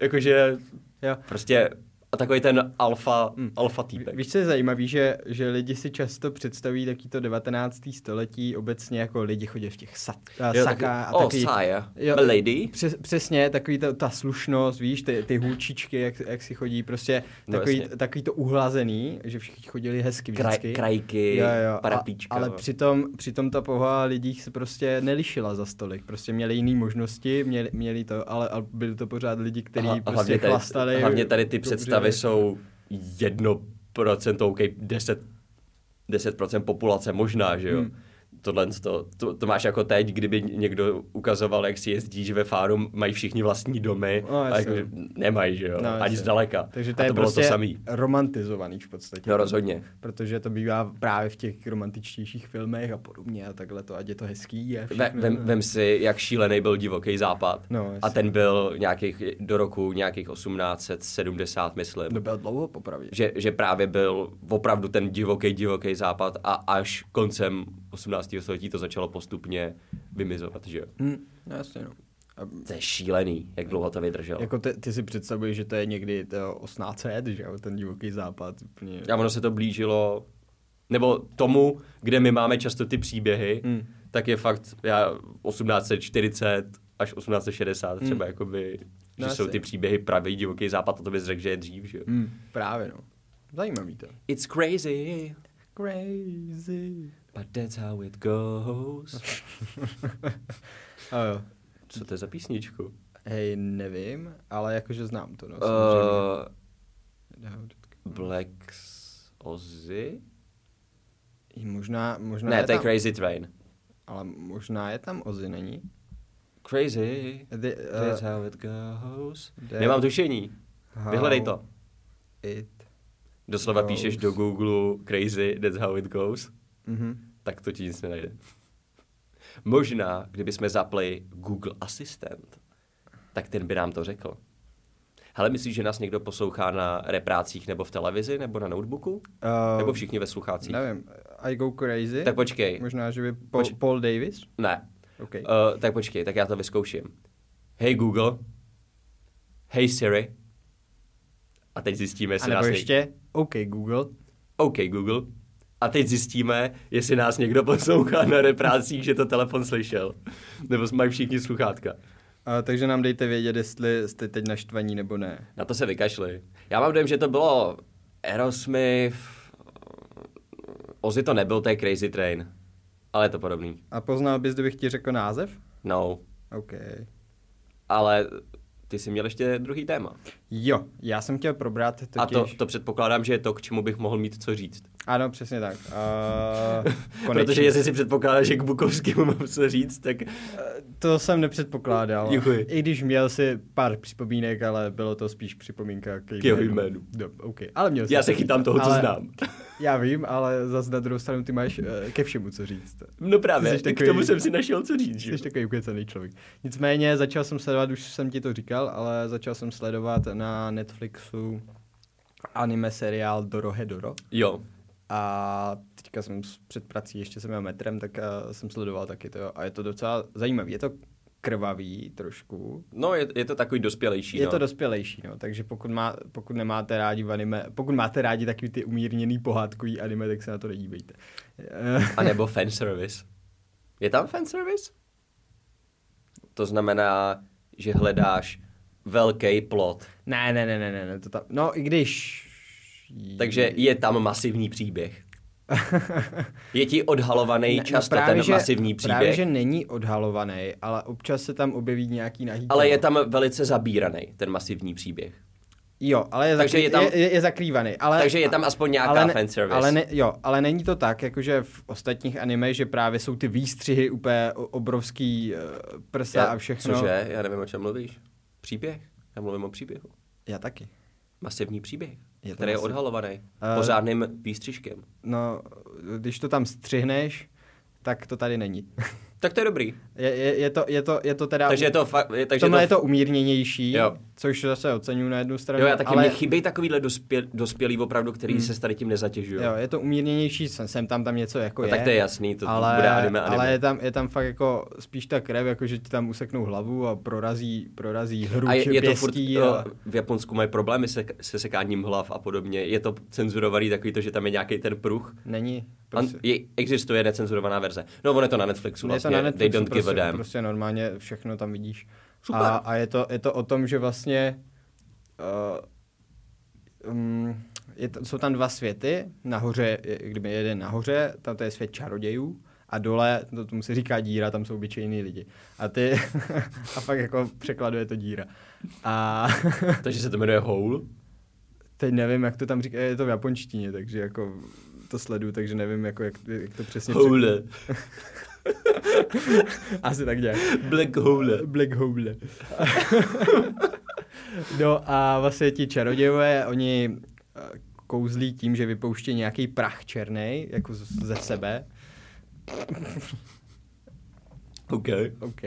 jakože Jo. prostě a takový ten alfa, Mm. mm. alfa týpek. Víš, co je zajímavé, že, že lidi si často představí taky to 19. století obecně jako lidi chodí v těch sat, a Jo, saká a oh, takový... sire, Jo. milady. Přes, přesně, takový ta, ta slušnost, víš, ty, ty hůčičky, jak, jak si chodí, prostě No, takový, jasně. takový to uhlazený, že všichni chodili hezky Kraj, vždycky. krajky, Jo, jo, parapíčka. A, ale jo. přitom, přitom ta povaha lidí se prostě nelišila za stolik. Prostě měli jiné možnosti, měli, měli to, ale, ale byli to pořád lidi, kteří Aha, a prostě hlavně tady, chlastali. Hlavně tady ty dobře. představy jsou jedno procento, OK, 10, 10% populace možná, že jo. Hmm. Tohle to, to, to, máš jako teď, kdyby někdo ukazoval, jak si jezdí, že ve Fáru mají všichni vlastní domy, No, a jasně. jako, nemají, že jo, No, ani jasně. zdaleka. Takže to, a je to bylo prostě to samý. romantizovaný v podstatě. No rozhodně. Protože to bývá právě v těch romantičtějších filmech a podobně a takhle to, ať je to hezký. A Ve- všechno. Vem, vem si, jak šílený byl divoký západ. No, jasně. a ten byl nějakých, do roku nějakých 1870, myslím. To bylo dlouho popravdě. že, že právě byl opravdu ten divoký, divoký západ a až koncem 18. století to začalo postupně vymizovat, že jo. Hm, no jasně, no. A, To je šílený, jak dlouho to vydrželo. jako ty, ty si představuješ, že to je někdy to 1800, že jo, ten divoký západ. Úplně. A ono se to blížilo, nebo tomu, kde my máme často ty příběhy, Hmm. tak je fakt, já 1840 až 1860 třeba, jakoby, že Hmm. No jsou jasně. ty příběhy pravý divoký západ a to bys řekl, že je dřív, že jo. Hm, právě, no. Zajímavý to. It's crazy, Crazy. but that's how it goes. A jo. Co to je za písničku? Hej, nevím, ale jakože znám to, no. samozřejmě. Uh, Black Ozzy? I Možná, možná Ne, je to je tam, Crazy Train. Ale možná je tam Ozzy, není? Crazy, The, that's uh, how it goes. the- Nemám tušení, vyhledej to. It. Doslova goes. píšeš do Google Crazy, that's how it goes, Mhm. tak to ti nic nenajde. Možná, kdybychom zapli Google Assistant, tak ten by nám to řekl. Hele, myslíš, že nás někdo poslouchá na reprácích nebo v televizi, nebo na notebooku? Uh, Nebo všichni ve sluchácích? Nevím, I go crazy. Tak počkej. Možná, že by Paul, Poč- Paul Davis? Ne, OK. Uh, tak počkej, tak já to vyzkouším. Hej Google, hej Siri. A teď zjistíme, A jestli nebo nás Někdo... ještě OK Google. OK Google. A teď zjistíme, jestli nás někdo poslouchá na reprácích, že to telefon slyšel. Nebo mají všichni sluchátka. A, Eh, takže nám dejte vědět, jestli jste teď naštvaní nebo ne. Na to se vykašli. Já mám dojem, že to bylo Aerosmith. Ozzy to nebyl, to je Crazy Train. Ale je to podobný. A poznal bys, kdybych ti řekl název? No. OK. Ale ty jsi měl ještě druhý téma. Jo, já jsem chtěl probrat totiž... A to, to předpokládám, že je to, k čemu bych mohl mít co říct. Ano, přesně tak. Uh, Protože jestli si předpokládá, že k Bukovskému mám co říct, tak To jsem nepředpokládal. Děkuji. I když měl si pár připomínek, ale bylo to spíš připomínka k, K jeho jménu. No, OK. Ale měl já jsi se to. chytám toho, co Ale- znám. Já vím, ale zase na druhou stranu ty máš eh, ke všemu co říct. No Ty právě, jsi k takový- tomu jsem si našel co říct. Že? Jsi takový ukecený člověk. Nicméně začal jsem sledovat, už jsem ti to říkal, ale začal jsem sledovat na Netflixu anime seriál Dorohedoro. Jo, A teďka jsem s- před prací, ještě jsem jel metrem, tak eh, jsem sledoval taky to. A je to docela zajímavý. Je to krvavý trošku, no je, je to takový dospělejší. Je no. to dospělejší, no. takže pokud, má, pokud nemáte rádi v anime, pokud máte rádi takový ty umírněný pohádkový anime, tak se na to nedívejte. Eh, A nebo fanservice. Je tam fanservice? To znamená, že hledáš velký plot, ne, ne, ne, ne, ne, ne, to tam, no i když... takže je tam masivní příběh. Je ti odhalovaný Ne, často No, právě, ten že- masivní Právě, příběh, že není odhalovaný, ale občas se tam objeví nějaký nahý. ale je tělo. tam velice zabíraný ten masivní příběh. Jo, ale je, Takže zakrý, je tam- je, je, je zakrývaný. Ale, Takže je tam aspoň nějaká ale ne- fanservice. Ale, ne, jo, ale není to tak, jakože v ostatních anime, že právě jsou ty výstřihy úplně o- obrovský eh, prsa Já- a všechno. Cože? Já nevím, o čem mluvíš. Příběh. Já mluvím o příběhu. Já taky. Masivní příběh, Je to který je masiv- odhalovaný Eh. pořádným výstřižkem. No, když to tam střihneš, tak to tady není. Tak to je dobrý. Je, je, je, to, je, to, je to teda... Takže je to, fa- je, takže tomhle to, je to umírněnější, Jo. což zase oceňuju na jednu stranu. Jo, já taky ale... ale... mě chybí takovýhle dospěl, dospělý opravdu, který hmm. se s tady tím nezatěžují. Jo, je to umírněnější, jsem, jsem tam tam něco jako No je. tak to je jasný, to ale, bude anime, anime. Ale je tam, je tam fakt jako spíš ta krev, jako že ti tam useknou hlavu a prorazí, prorazí hru a je, je to furt, no. pěstí. jo, a... v Japonsku mají problémy se, se sekáním hlav a podobně. Je to cenzurovaný takový to, že tam je nějaký ten pruh. Není. An, Prostě, je, existuje necenzurovaná verze. No, on je to na Netflixu je to vlastně. na They Netflixu, don't prostě, give a damn. prostě normálně všechno tam vidíš. Super. A, a je, to, je to o tom, že vlastně uh, um, je to, jsou tam dva světy. Nahoře, je- kdyby jeden nahoře, tam to je svět čarodějů a dole, to tomu se říká díra, tam jsou obyčejní lidi. A ty, a pak jako překladuje to díra. A Takže se to jmenuje Hole. teď nevím, jak to tam říká, je to v japonštině, takže jako to sleduju, takže nevím, jako jak, jak to přesně... přek- Hole. Asi tak nějak. Black Hole. Black Hole. no a vlastně ti čarodějové, oni eh, kouzlí tím, že vypouští nějaký prach černý, jako z- ze sebe. OK. OK.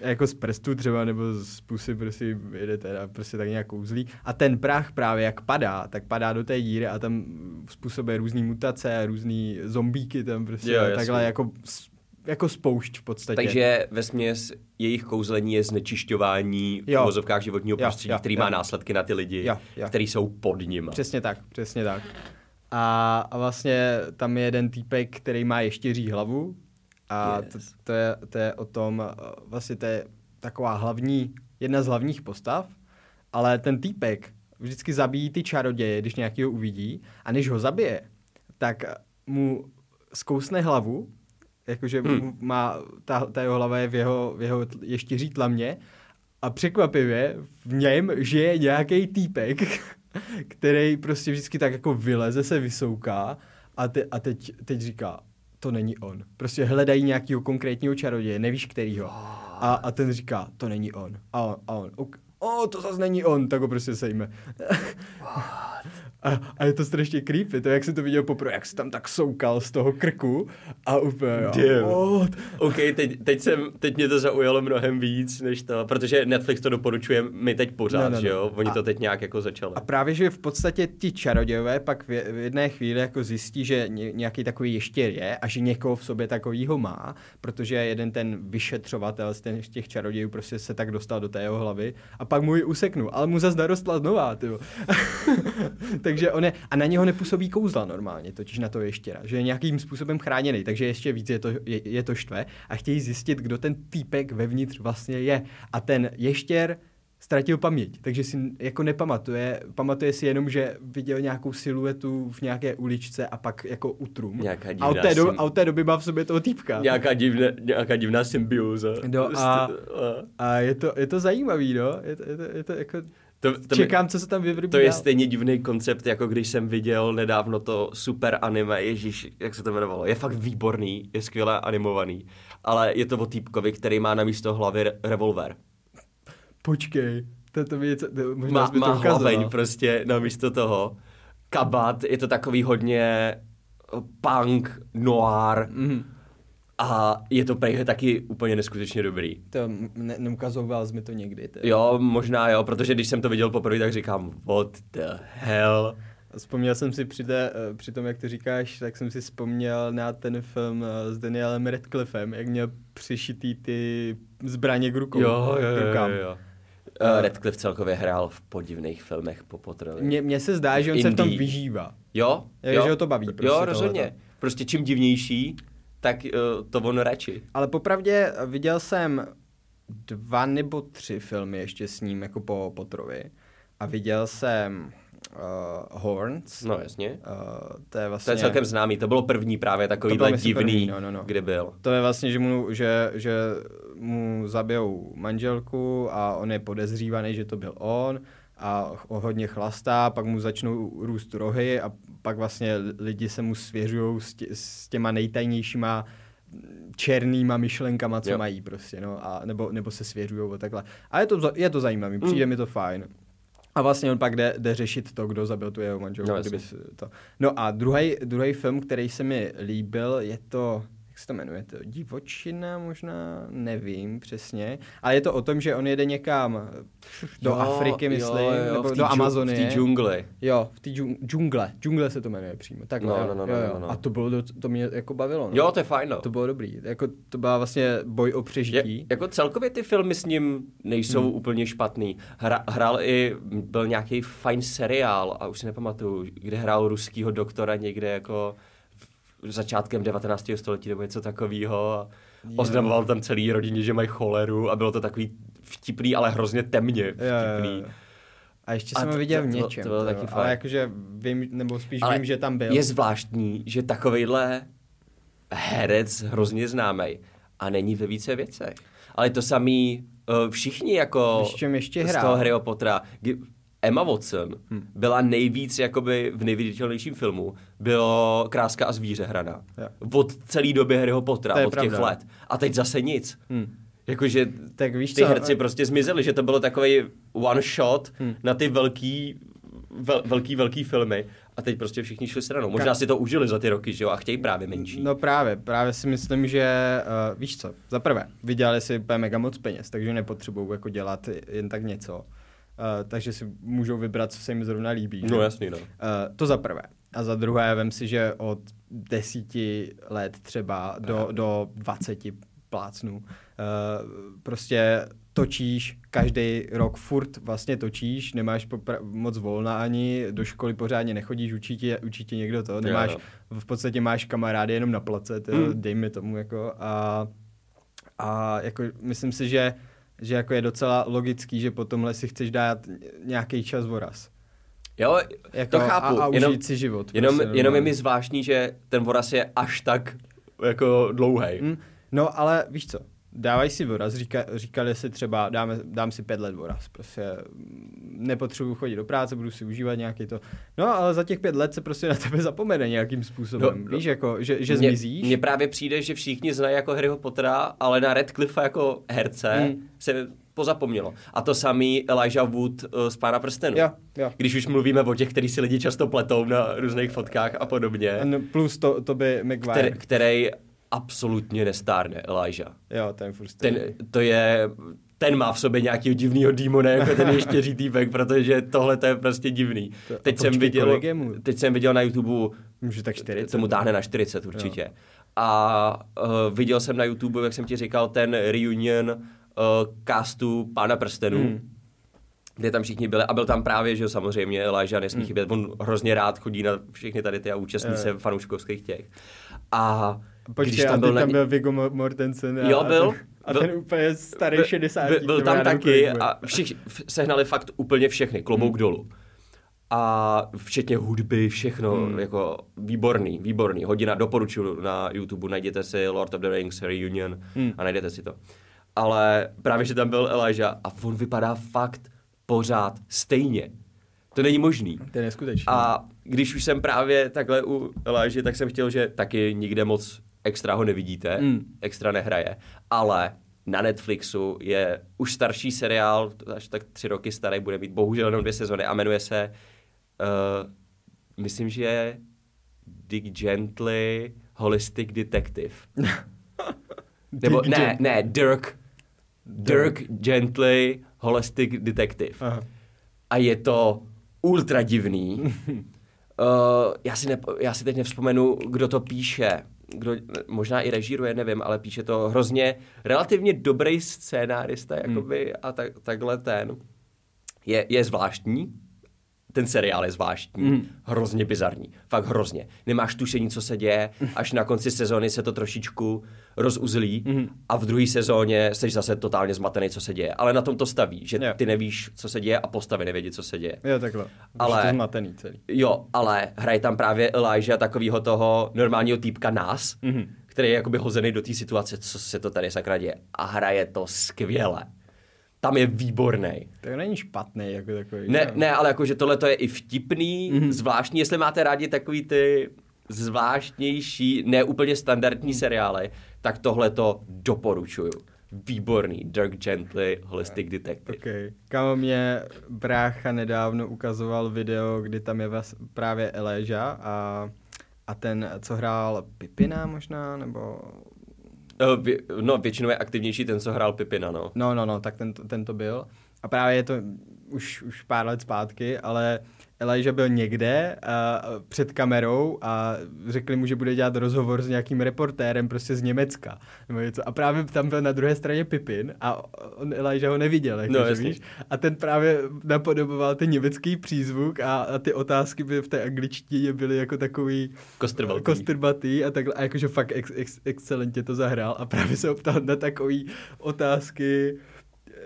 Jako z prstu třeba, nebo z pusy prostě jede teda, prostě tak nějak kouzlí. A ten prach právě jak padá, tak padá do té díry a tam způsobuje různé mutace a různé zombíky tam prostě. Jo, Jo, jasně. takhle jako, s- jako spoušť v podstatě. Takže ve směs jejich kouzlení je znečišťování v Jo. vozovkách životního Jo, prostředí, jo, který jo. má následky na ty lidi, Jo, jo. který jsou pod nima. Přesně tak, přesně tak. A, a vlastně tam je jeden týpek, který má ještěří hlavu a yes. to, Yes. to, je, to je o tom, eh, vlastně to je taková hlavní, jedna z hlavních postav, ale ten týpek vždycky zabíjí ty čaroděje, když nějakýho uvidí a než ho zabije, tak mu zkousne hlavu, jakože hmm. má, ta, ta jeho hlava je v jeho, v jeho tl- ještěří tlamě a překvapivě v něm žije nějaký týpek, který prostě vždycky tak jako vyleze, se vysouká a, te, a teď, teď říká, to není on. Prostě hledají nějakého konkrétního čaroděje, nevíš kterýho. A, a ten říká, to není on. A on, a on ok, o, to zase není on, tak ho prostě sejme. A, a je to strašně creepy, to jak jsem to viděl poprvé, jak se tam tak soukal z toho krku a úplně, Damn. jo, o, t- OK, teď, teď, jsem, teď mě to zaujalo mnohem víc, než to, protože Netflix to doporučuje mi teď pořád, Ne, ne, ne. že jo? Oni No, A- to teď nějak jako začali. A právě, že v podstatě ti čarodějové pak v je- v jedné chvíli jako zjistí, že ně- nějaký takový ještěr je a že někoho v sobě takovýho má, protože jeden ten vyšetřovatel z ten- z těch čarodějů prostě se tak dostal do té jeho hlavy a pak mu ji useknu, ale mu zase narostla znova, tyjo. takže on je, a na něho nepůsobí kouzla normálně, totiž na to ještěra, že je nějakým způsobem chráněný, takže ještě víc je to, je, je to štve a chtějí zjistit, kdo ten týpek vevnitř vlastně je. A ten ještěr ztratil paměť, takže si jako nepamatuje, pamatuje si jenom, že viděl nějakou siluetu v nějaké uličce a pak jako utrum. Nějaká a, od divná té do, sim- a od té doby má v sobě toho týpka. Nějaká, divná, nějaká divná symbioza. No a- A je to, je to zajímavý, no. Je to, je to, je to jako... to, to, mi- Čekám, co se tam vyvrbí to je dál. stejně divný koncept, jako když jsem viděl nedávno to super anime, ježíš, jak se to jmenovalo, je fakt výborný, je skvěle animovaný, ale je to o týpkovi, který má na místo hlavy re- revolver. Počkej, to, to mi něco, to, možná Má, jsi mi má to hlaveň ukázal. no. prostě na místo toho. Kabát, je to takový hodně eh, punk, noir Mhm. a je to prej taky úplně neskutečně dobrý. To m- ne, neukazoval jsi mi to někdy. To. Jo, možná jo, protože když jsem to viděl poprvé, tak říkám, what the hell. Vzpomněl jsem si při, té, eh, při tom, jak to říkáš, tak jsem si vzpomněl na ten film eh, s Danielem Radcliffem, jak měl přišitý ty zbraně k rukou. k rukám. Eh, Radcliffe celkově hrál v podivných filmech po Potterovi. Mně, mně se zdá, že on se v tom Indii. vyžívá. Jo, Jo, že ho to baví prostě jo, tohleto. rozhodně. Prostě čím divnější, tak eh, to on radši. Ale popravdě eh, viděl jsem dva nebo tři filmy ještě s ním, jako po Potrovi. A viděl jsem uh, Horns. No jasně. Uh, to je To vlastně... je celkem známý, to bylo první právě To takovýhle bylo, myslím, divný, první, no, no, no. kdy byl. To je vlastně, že mu, že, že mu zabijou manželku a on je podezřívaný, že to byl on a ho hodně chlastá, pak mu začnou růst rohy a pak vlastně lidi se mu svěřují s, tě, s těma nejtajnějšíma černýma myšlenkama, co Jo. jo. mají prostě, no, a nebo, nebo se svěřují a takhle. A je to, za- je to zajímavý, Mm. přijde mi to fajn. A vlastně on pak jde, jde řešit to, kdo zabil tu jeho manželku. No, No, jasně. kdyby s- to. no a druhý film, který se mi líbil, je to, jak se to jmenuje, to divočina možná, nevím přesně, ale je to o tom, že on jede někam eh, do Jo, Afriky, jo, myslím, jo, nebo v té do džu- Amazonie. V té džungli. Jo, v té džung- džungle. Džungle se to jmenuje přímo. Tak No, jo, no, no, jo, no, jo. no, no. A to bylo, doc- to mě jako bavilo. No. Jo, to je fajn, no. To bylo dobrý. Jako, to byla vlastně boj o přežití. Je, jako celkově ty filmy s ním nejsou hmm. úplně špatný. Hra, hrál i, byl nějaký fajn seriál, a už si nepamatuju, kde hrál ruskýho doktora někde jako v- začátkem 19. století nebo něco takového. A oznamoval tam celý rodině, že mají choleru a bylo to takový vtipný, ale hrozně temně Jo, jo, vtipný. jo. A ještě A jsem to- ho viděl v to- to- to něčem. bylo to jo. taky fajn. ale jakože vím, nebo spíš vím, že tam byl. Je zvláštní, že takovejhle herec hrozně známý a není ve více věcech. Ale to samý eh, všichni jako Víš, v čem ještě z hrál? toho Harryho Pottera. Kdy- Emma Watson Hm. byla nejvíc jakoby v nejviditelnějším filmu. Bylo Kráska a zvíře hraná. Jo. Od celé doby Harryho Pottera, To je od těch pravda. let. A teď zase nic. Hm. Jakože Tak víš ty co, herci eh, prostě zmizeli, že to bylo takový one shot Hmm. na ty velký, vel, velký, velký filmy a teď prostě všichni šli stranou. Možná si to užili za ty roky, že jo, a chtějí právě menší. No právě, právě si myslím, že uh, víš co, za prvé, vydělali si úplně mega moc peněz, takže nepotřebují jako dělat jen tak něco. Uh, takže si můžou vybrat, co se jim zrovna líbí. že? No jasný, no. Eh, to za prvé. A za druhé, vem si, že od desíti let třeba do, do 20 plácnů uh, prostě točíš, každý rok furt vlastně točíš, nemáš popra- moc volna ani, do školy pořádně nechodíš, učí tě, učí tě někdo to, nemáš, v podstatě máš kamarády jenom na place, to, Hmm. dej mi tomu jako a, a jako myslím si, že že jako je docela logický, že po tomhle si chceš dát nějaký čas voraz. Jo, Jako, to chápu, A, a jenom, užít si život. jenom, prostě jenom je normálně. mi zvláštní, že ten voraz je až tak jako dlouhý. Hm, No, ale víš co, dávají si voraz, říka, říkali si třeba, dáme, dám si pět let voraz, prostě mm, nepotřebuji chodit do práce, budu si užívat nějaký to. No, ale za těch pět let se prostě na tebe zapomene nějakým způsobem, No, no, no. víš, jako, že, že Mně- zmizíš. Mně právě přijde, že všichni znají jako Harryho Pottera, ale na Radcliffe jako herce Hmm. se pozapomnělo. A to samý Elijah Wood eh, z Pána prstenů. Jo, jo. Když už mluvíme o těch, který si lidi často pletou na různých fotkách a podobně, No, plus to, to by Maguire. který, který absolutně nestárne, Elijah. Jo, ten furt Ten, stejný. to je, ten má v sobě nějakého divného démona, jako ten ještěří týpek, protože tohle to je prostě divný. To- a Teď jsem, počkej, viděl, kolik je mu? teď jsem viděl na YouTube Může tak 40. Tomu táhne na 40 určitě. A uh, viděl jsem na YouTube, jak jsem ti říkal, ten reunion uh, castu Pána prstenů, hmm. kde tam všichni byli. A byl tam právě, že jo, samozřejmě Elijah nesmí hmm. chybět. On hrozně rád chodí na všechny tady ty a účastní Jo. se fanouškovských těch. A Počkej, a teď na tam ně- byl Viggo Mo- Mortensen. A, Jo, byl. A ten, a Byl- ten úplně starý byl- 60. byl- Byl tam taky a všich, v- sehnali fakt úplně všechny, klobouk Hmm. dolů. A včetně hudby, všechno, Hmm. jako výborný, výborný. Hodina doporučuju na YouTube, najděte si Lord of the Rings Reunion Hmm. a najdete si to. Ale právě, že tam byl Elijah a on vypadá fakt pořád stejně. To není možný. Ten je skutečný. A když už jsem právě takhle u Elijah, tak jsem chtěl, že taky nikde moc extra ho nevidíte, Mm. extra nehraje, ale na Netflixu je už starší seriál, to až tak tři roky starý, bude mít bohužel jenom dvě sezony a jmenuje se, uh, myslím, že Dick Gently Holistic Detective. Nebo Dick ne, Gen- ne, Dirk. Dirk Gently Holistic Detective. Aha. A je to ultra divný. uh, já, si nepo, já si teď nevzpomenu, kdo to píše. Kdo, možná i režíruje, nevím, ale píše to hrozně relativně dobrý scénárista jakoby, a tak, takhle ten. Je, je zvláštní, ten seriál je zvláštní, Mhm. mm. hrozně bizarní, fakt hrozně. Nemáš tušení, co se děje, Mhm. až na konci sezóny se to trošičku rozuzlí Mhm. mm. a v druhé sezóně jsi zase totálně zmatený, co se děje. Ale na tom to staví, že Jo. ty nevíš, co se děje a postavy nevědí, co se děje. Jo, takhle. Ale... Ale- Už to zmatený celý. Jo, ale hraje tam právě Elijah takového toho normálního týpka nás, mm-hmm. Mhm. který je jakoby hozený do té situace, co se to tady sakra děje. A hraje to skvěle. Tam je výborný. To není špatný, jako takový. Ne, že? ne, ale jakože tohle to je i vtipný, mm-hmm. zvláštní, jestli máte rádi takový ty zvláštnější, ne úplně standardní seriály, tak tohle to doporučuju. Výborný, Dirk Gently, Holistic Detective. OK. Kámo mě brácha nedávno ukazoval video, kdy tam je vás právě Eléža a, a ten, co hrál Pipina možná, nebo Eh, vě, no, většinou je aktivnější ten, co hrál Pipina, no. No, no, no, tak ten, ten to byl. A právě je to už, už pár let zpátky, ale Elijah byl někde a, před kamerou a řekli mu, že bude dělat rozhovor s nějakým reportérem prostě z Německa. Nebo něco. A právě tam byl na druhé straně Pipin a on Elijah ho neviděl, jako, No, že jasně. víš. A ten právě napodoboval ten německý přízvuk a, a ty otázky by v té angličtině byly jako takový Kostrbaltý. kostrbatý a takhle, a jakože fakt ex, ex, excelentně to zahrál a právě se ho ptal na takové otázky, eh,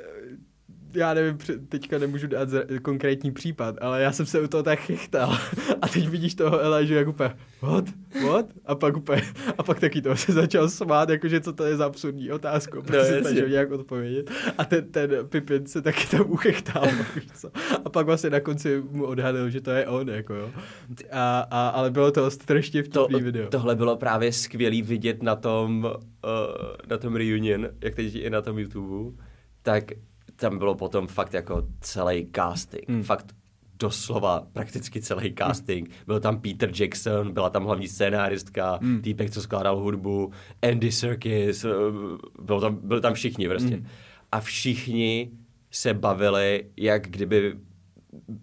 já nevím, pře- teďka nemůžu dát za, konkrétní případ, ale já jsem se u toho tak chytal a teď vidíš toho Elijah jak úplně, what, what? A pak úplně, a pak taky to se začal smát, jakože co to je za absurdní otázku, Prostě protože se jasně. snažil nějak odpovědět a ten, ten Pipin se taky tam uchechtal, víš co. a pak vlastně na konci mu odhalil, že to je on, jako jo. A, a, ale bylo to strašně To, vtipný video. tohle bylo právě skvělý vidět na tom, uh, na tom reunion, jak teď je na tom YouTube, tak tam bylo potom fakt jako celý casting. Hmm. Fakt doslova prakticky celý casting. Byl tam Peter Jackson, byla tam hlavní scénáristka, hmm. týpek, co skládal hudbu, Andy Serkis, eh, byl tam, byl tam všichni prostě. Hmm. A všichni se bavili, jak kdyby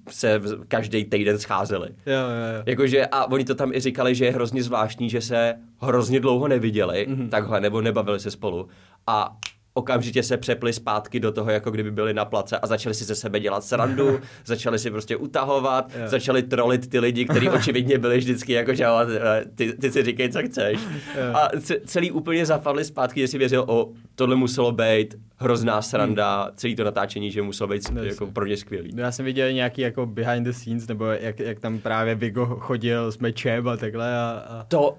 se každý týden scházeli. Jo, jo, jo. Jakože, a oni to tam i říkali, že je hrozně zvláštní, že se hrozně dlouho neviděli, Mhm. mm-hmm. takhle, nebo nebavili se spolu. A okamžitě se přepli zpátky do toho, jako kdyby byli na place a začali si ze sebe dělat srandu, začali si prostě utahovat, Jo. začali trolit ty lidi, kteří očividně byli vždycky jako, že "Ale, eh, ty, ty si říkej, co chceš. Jo. A ce- celý úplně zapadli zpátky, že si věřil, o, tohle muselo být hrozná sranda, celý to natáčení, že muselo být No, jako Mhm. jasně. pro mě skvělý. No já jsem viděl nějaký jako behind the scenes, nebo jak, jak tam právě Vigo chodil s mečem a takhle a, a To,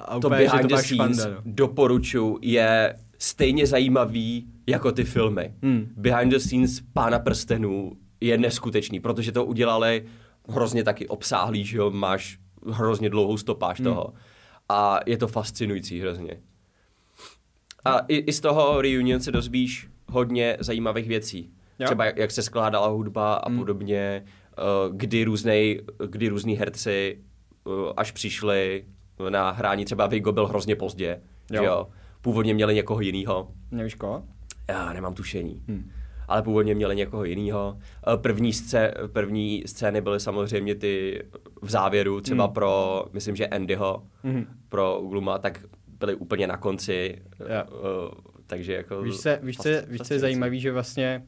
A uh, to úplně, že to behind the máš scenes fanda, no. doporučuju, je stejně zajímavý jako ty filmy. Hmm. Behind the scenes Pána prstenů je neskutečný, protože to udělali hrozně taky obsáhlý, že jo, máš hrozně dlouhou stopáž Hmm. toho. A je to fascinující hrozně. A i, i z toho reunion se dozvíš hodně zajímavých věcí. Jo. Jo. Třeba jak, jak se skládala hudba Hmm. a podobně, eh, kdy, různej, kdy různý herci eh, až přišli na hrání, třeba Vigo byl hrozně pozdě, Jo. jo. Že jo? Původně měli někoho jiného. nevíš koho? Já nemám tušení. Hmm. Ale původně měli někoho jiného. První, scé- první scény byly samozřejmě ty v závěru, třeba hmm. pro, myslím, že Andyho, Mhm. hmm. pro Ugluma, tak byly úplně na konci. Jo. Uh, takže jako... Víš, se, víš, co, je- fasc- víš co je fascinující. zajímavý, že vlastně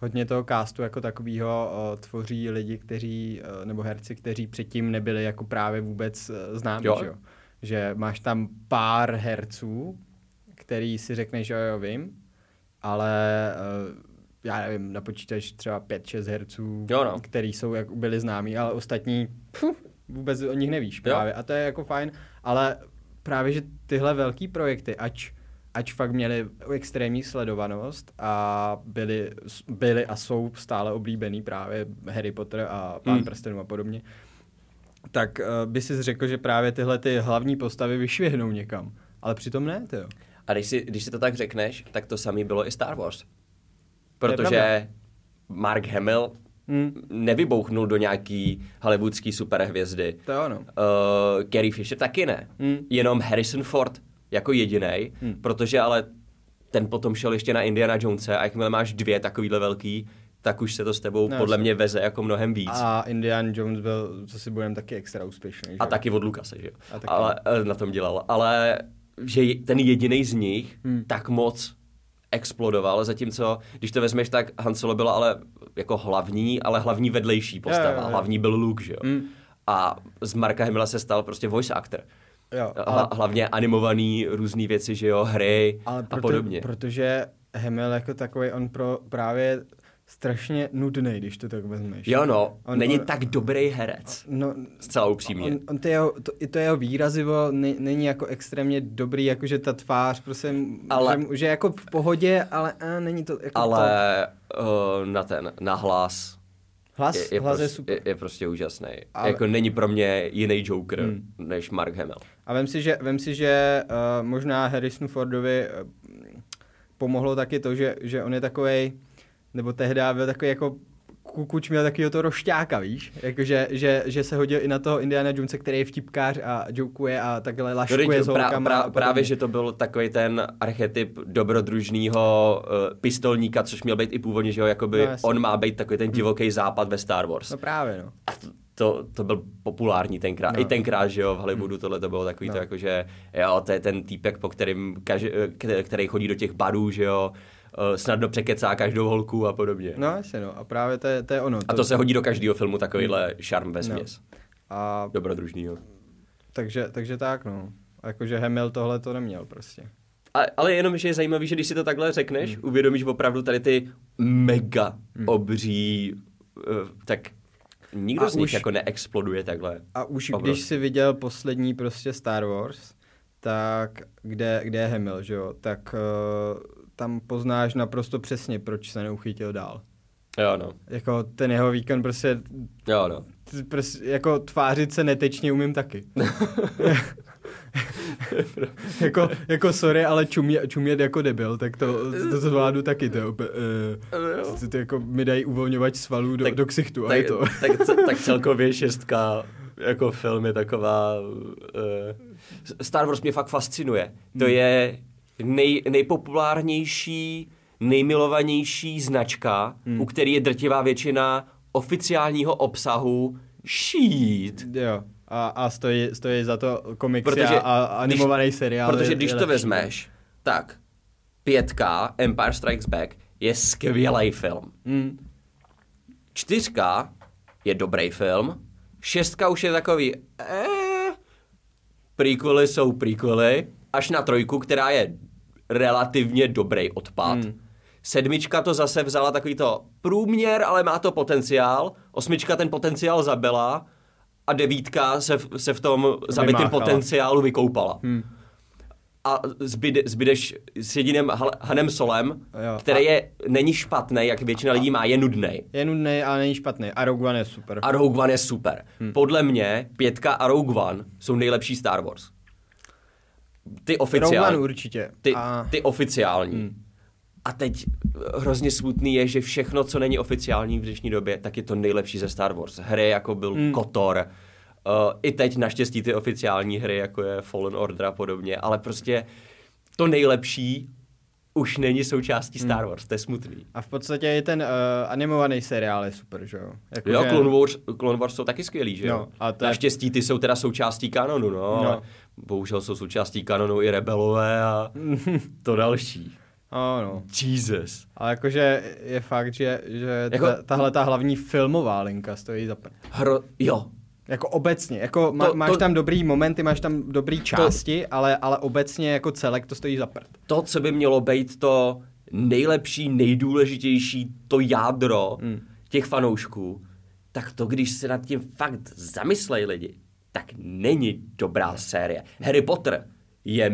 hodně toho castu jako takového tvoří lidi, kteří, eh, nebo herci, kteří předtím nebyli jako právě vůbec eh, známí, Jo. že jo? Že máš tam pár herců, který si řekne, že jo, jo, vím, ale eh, já nevím, napočítáš třeba 5-6 herců, Jo, no. který jsou, jak byli známí, ale ostatní pfu, vůbec o nich nevíš Jo. právě. A to je jako fajn, ale právě, že tyhle velký projekty, ač, ač fakt měli extrémní sledovanost a byli, byli a jsou stále oblíbený právě Harry Potter a Pán mm. Mm. prstenů a podobně, tak eh, by si řekl, že právě tyhle ty hlavní postavy vyšvihnou někam. Ale přitom ne, to jo. A když si, když si to tak řekneš, tak to samé bylo i Star Wars. je Protože Mark Hamill Mm. nevybouchnul do nějaký hollywoodský superhvězdy. To jo, no. Uh, Carrie Fisher taky ne. Mm. Jenom Harrison Ford jako jediný, Mm. protože ale ten potom šel ještě na Indiana Jonese a jakmile máš dvě takovýhle velký, tak už se to s tebou No, no, podle jasně. mě veze jako mnohem víc. A, A Indian Jones byl, co si budeme, taky extra úspěšný. že a jo? taky od Lukase, že jo. Jako- A taky. Ale eh, na tom dělal. Ale že je- ten jediný z nich Mm. tak moc explodoval, zatímco, když to vezmeš, tak Han Solo byl ale jako hlavní, ale hlavní vedlejší postava. jo, jo. Hlavní byl Luke, že jo. Mm. A z Marka Hemila se stal prostě voice actor. Eh, Jo, ale- Hla, hlavně animovaný různé věci, že jo, hry Ale a proto, podobně. protože Hemel jako takový, on pro právě strašně nudný, když to tak vezmeš. Jo no, On- on, není on- on, tak dobrý herec. No, Zcela upřímně. on, on to jeho, to, i to jeho výrazivo ne, není jako extrémně dobrý, jakože ta tvář, prostě, ale, Ale- že, mu- že jako v pohodě, ale a, není to jako to. ale uh, na ten, na hlas. Hlas, je, je, hlas prostě, je super. je, je prostě úžasný. Ale- Ale... Jako není pro mě jiný Joker hmm. než Mark Hamill. A vem si, že, vem si, že uh, možná Harrisonu Fordovi eh, uh, pomohlo taky to, že, že on je takovej, nebo tehdy byl takový jako Kukuč měl takového to rošťáka, víš? Jakože že, že se hodil i na toho Indiana Jonesa, který je vtipkář a jokuje a takhle laškuje Doryť, s holkama. a prá, podobně. právě, že to byl takový ten archetyp dobrodružného uh, pistolníka, což měl být i původně, že jo, jakoby No, no, jasně. on má být takový ten divoký západ ve Star Wars. No právě, no. A to- to, to byl populární tenkrát. No. No. I tenkrát, že jo, v Hollywoodu tohle to bylo takový No. no. to jako, že jo, to je ten týpek, po kterým, kaž, k- který chodí do těch barů, že jo, eh, snadno překecá každou holku a podobně. No jasně, no. A právě to je, to je ono. A to se hodí do každého filmu takovýhle Mm. šarm ve směs. No. a Dobrodružnýho. takže, takže tak, no. A Jakože Hemel tohle to neměl prostě. A, ale jenom, že je zajímavý, že když si to takhle řekneš, Mm. hmm. uvědomíš opravdu tady ty mega hmm. obří, eh, tak nikdo A z nich už- jako neexploduje takhle. A už Obrovský. když si viděl poslední prostě Star Wars, tak kde, kde je Hemel, že jo, tak uh, tam poznáš naprosto přesně, proč se neuchytil dál. Jo, no. Jako ten jeho výkon prostě, Jo, no. t- prostě jako tvářit se netečně umím taky. jako, jako sorry, ale čumě, čumět jako debil, tak to, to zvládnu taky, to je úplně, Jo. uh, to jako mi dají uvolňovač svalů do, tak, Tak- do ksichtu a tak, je to. tak, ce- tak celkově šestka jako film je taková... Uh, Star Wars mě fakt fascinuje. To je nej, nejpopulárnější, nejmilovanější značka, u který je drtivá většina oficiálního obsahu šít. Jo. A, a stojí, stojí za to komiksy Protože a, a animovaný seriál. Protože je, když je to lepší. no. vezmeš, tak pětka Empire Strikes Back je skvělý film. Mm. Čtyřka je dobrý film, šestka už je takový eh, prequely jsou prequely, až na trojku, která je relativně dobrý odpad. Hmm. Sedmička to zase vzala takový to průměr, ale má to potenciál. Osmička ten potenciál zabila a devítka se v, se v tom zabitém Vymáchala. potenciálu vykoupala. Hmm. A zbyde, zbydeš s jediným Hal- Hanem Solem, Jo. který je, není špatný, jak většina lidí má, je nudný. Je nudný, ale není špatný. A Rogue One je super. A Rogue One je super. Hmm. Podle mě pětka a Rogue One jsou nejlepší Star Wars. Ty Rogue One oficiální. určitě. Ty, a... ty oficiální. Hmm. A teď eh, hrozně smutný je, že všechno, co není oficiální v dnešní době, tak je to nejlepší ze Star Wars. Hry jako byl hmm. Kotor, uh, i teď naštěstí ty oficiální hry, jako je Fallen Order a podobně, ale prostě to nejlepší už není součástí Star Wars, to je smutný. a v podstatě i ten uh, animovaný seriál je super, že jo? Jako, Jo, že- Clone Wars, Clone Wars jsou taky skvělý, že jo? No, No, a to je- Naštěstí ty jsou teda součástí kanonu, no. No. ale Bohužel jsou součástí kanonu i Rebelové a to další. Ano. Jesus. No, Ale jakože je fakt, že, že jako... Jako- ta, tahle ta hlavní filmová linka stojí za prd. Hro... Jo. Jako obecně, jako má, To- máš to- tam dobrý momenty, máš tam dobrý části, ale, ale obecně jako celek to stojí za prd. To, co by mělo být to nejlepší, nejdůležitější, to jádro Hmm. mm. těch fanoušků, tak to, když se nad tím fakt zamyslej lidi, tak není dobrá série. Harry Potter je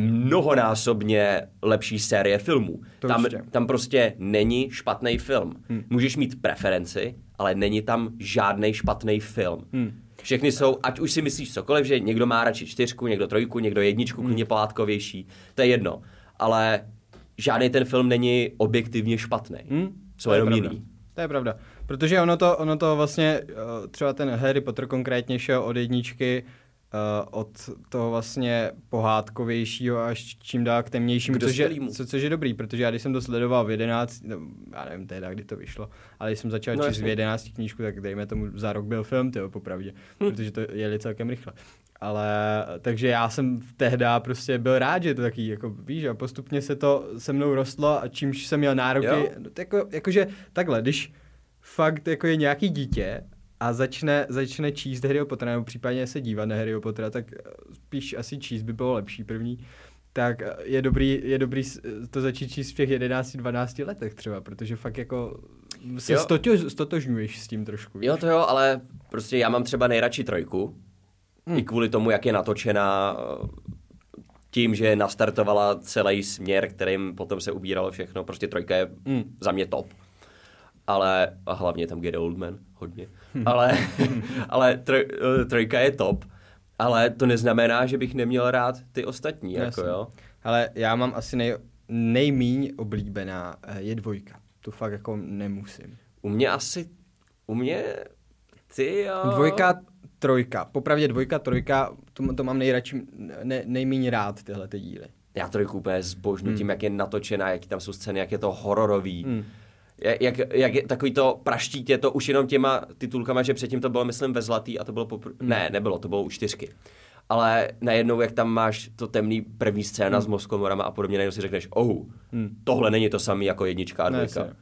mnohonásobně lepší série filmů. To tam, určitě. tam prostě není špatný film. Hmm. Můžeš mít preferenci, ale není tam žádný špatný film. Hmm. Všechny jsou, ať už si myslíš cokoliv, že někdo má radši čtyřku, někdo trojku, někdo jedničku, klidně pohádkovější, to je jedno. Ale žádný ten film není objektivně špatný. Hmm. Jsou To je jenom pravda. jiný. To je pravda. Protože ono to, ono to vlastně, eh, třeba ten Harry Potter konkrétně šel od jedničky, eh, od toho vlastně pohádkovějšího až čím dál k temnějšímu, K což je, dospělýmu. co, což je dobrý, protože já když jsem to sledoval v 11, no, já nevím teda, kdy to vyšlo, ale když jsem začal No, no, číst jasně. v 11 knížku, tak dejme tomu za rok byl film, tyjo, popravdě, Hm. protože to jeli celkem rychle. Ale takže já jsem tehdy prostě byl rád, že je to taky, jako víš, a postupně se to se mnou rostlo a čímž jsem měl nároky, Jo. No, to jako, jakože takhle, když fakt jako je nějaký dítě a začne, začne číst Harryho Pottera, nebo případně se dívat na Harryho Pottera, tak eh, spíš asi číst by bylo lepší první, tak eh, je dobrý, je dobrý s- eh, to začít číst v těch 11-12 letech třeba, protože fakt jako se Jo. stotož, stotožňuješ s tím trošku. víš? Jo, to jo, ale prostě já mám třeba nejradši trojku. Hmm. I kvůli tomu, jak je natočená eh, tím, že nastartovala celý směr, kterým potom se ubíralo všechno. Prostě trojka je Hmm. hmm. za mě top. Ale, a hlavně je tam Gary Oldman, hodně. Ale, ale troj, eh, trojka je top. Ale to neznamená, že bych neměl rád ty ostatní, jako No, Jasně. jo. Ale já mám asi nej, nejmíň oblíbená eh, je dvojka. Tu fakt jako nemusím. U mě asi U mě, ty jo. Dvojka, trojka. Popravdě dvojka, trojka, to, to mám nejradši, ne, nejméně rád tyhle ty díly. Já trojku úplně zbožňu Hmm. tím, jak je natočená, jaký tam jsou scény, jak je to hororový. Jak, jak, jak je takový to praštítě, to už jenom těma titulkama, že předtím to bylo, myslím, ve zlatý a to bylo popr- Hmm. Ne, nebylo, to bylo u čtyřky. Ale najednou, jak tam máš to temný první scéna Hmm. s mozkomorama a podobně, najednou si řekneš, oh, tohle není to samý jako jednička a Ne, dvojka. jasně.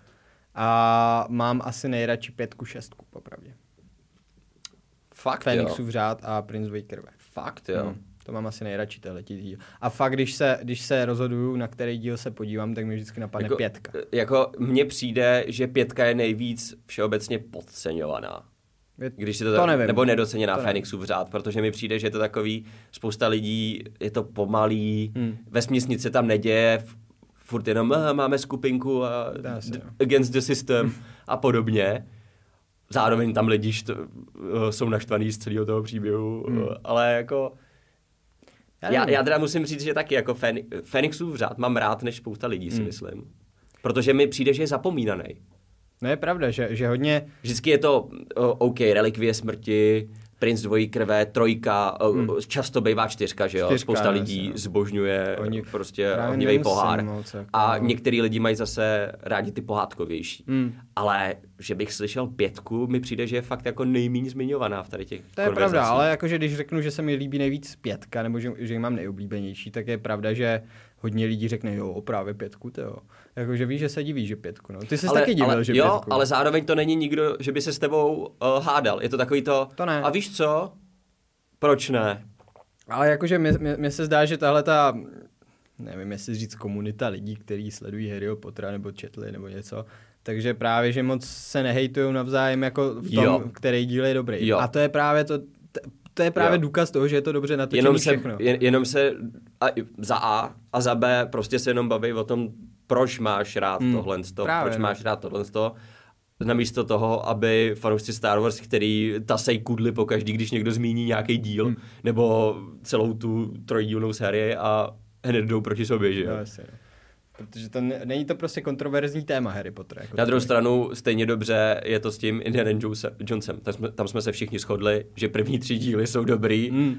a mám asi nejradši pětku, šestku, popravdě. Fakt, jo. Fénixův řád a Prince Wake krve. Fakt, jo. Hm, To mám asi nejradši tyhle ti díl. A fakt, když se, když se rozhoduju, na který díl se podívám, tak mi vždycky napadne jako, pětka. Jako mně přijde, že pětka je nejvíc všeobecně podceňovaná. Je- Když si to, to nevím. no. Nebo nedoceněná To nevím. Fénixův řád, protože mi přijde, že je to takový, spousta lidí je to pomalý, hmm. ve směsnici tam neděje, f- furt jenom "Ah, máme skupinku a Dá se, no." d- jo. against the system a podobně. Zároveň tam lidi št- eh, jsou naštvaný z celého toho příběhu, hmm. ale jako... Já Já, nevím. já teda musím říct, že taky jako Fen, Fenixův řád mám rád než spousta lidí, Hmm. si myslím. Protože mi přijde, že je zapomínaný. No je pravda, že, že hodně... Vždycky je to o, OK, relikvie smrti, princ dvojí krve, trojka, hmm. často bývá čtyřka, že jo? Čtyřka, Čtyřka, Spousta jasně, lidí no. zbožňuje Oni- Oni, prostě právě ohnivý nemusím pohár. moc, jako- A některý lidi mají zase rádi ty pohádkovější. Hmm. Ale že bych slyšel pětku, mi přijde, že je fakt jako nejméně zmiňovaná v tady těch To je pravda, konverzacích. ale jakože když řeknu, že se mi líbí nejvíc pětka, nebo že, že ji mám nejoblíbenější, tak je pravda, že hodně lidí řekne, jo, právě pětku, to jo. Jakože víš, že se diví, že pětku, no. Ty jsi ale, taky divil, ale, že Jo, pětku. ale zároveň to není nikdo, že by se s tebou uh, hádal. Je to takový to, To ne. a víš co, proč ne? Ale jakože mě- mě- mně se zdá, že tahle ta, nevím jestli říct komunita lidí, kteří sledují Harryho Pottera nebo četli nebo něco, takže právě, že moc se nehejtujou navzájem jako v tom, Jo. který díl je dobrý. Jo. A to je právě to, t- to je právě Jo. důkaz toho, že je to dobře natočený Jenom se, všechno. jen, jenom se a, za A a za B prostě se jenom baví o tom, proč máš rád Hmm, mm, tohle, to, právě, proč no. máš rád tohle, to. Namísto toho, aby fanoušci Star Wars, který tasej kudli po každý, když někdo zmíní nějaký díl, Hmm. mm. nebo celou tu trojdílnou sérii a hned jdou proti sobě, že jo? No, jasně, no. Protože to ne, není to prostě kontroverzní téma Harry Potter. Jako Na druhou takový. stranu stejně dobře je to s tím Indiana Jonese- Jonesem. Tam jsme, tam jsme se všichni shodli, že první tři díly jsou dobrý Mm.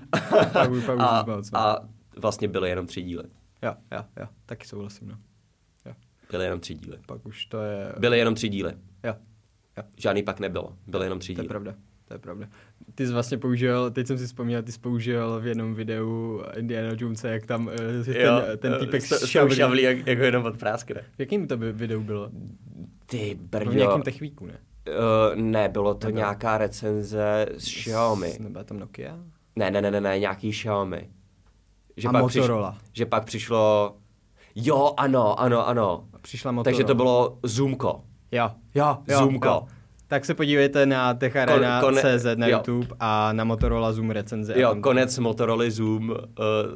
Pak už- pak už a, moc, no. a vlastně byly jenom tři díly. Jo, jo, jo, taky souhlasím, no. Jo, Byly jenom tři díly. pak už to je... Byly jenom tři díly. Jo, jo. Žádný pak nebylo. Byly jenom tři To je díly. pravda, to je pravda. Ty jsi vlastně použil, teď jsem si vzpomněl, ty jsi použil v jednom videu Indiana Jonesa, jak tam eh, ten, ten eh, týpek s- s s tou šavlí. šavlí jak, jako jenom od práskne. V jakým to by videu bylo? Ty V brďo. nějakém techvíku, ne? Eh, ne, bylo to Nebylo. nějaká recenze z Xiaomi. Nebyla tam Nokia? Ne, ne, ne, ne, ne, nějaký Xiaomi. A Motorola. Přiš, že pak přišlo... Jo, ano, ano, ano. A Přišla Motorola. Takže to bylo Zoomko. Jo, jo, jo. Zoomko. Jo. Tak se podívejte na Kon- techarena.cz kone- na jo. YouTube a na Motorola Zoom recenze. a Jo, tam- konec Motorola Zoom, uh,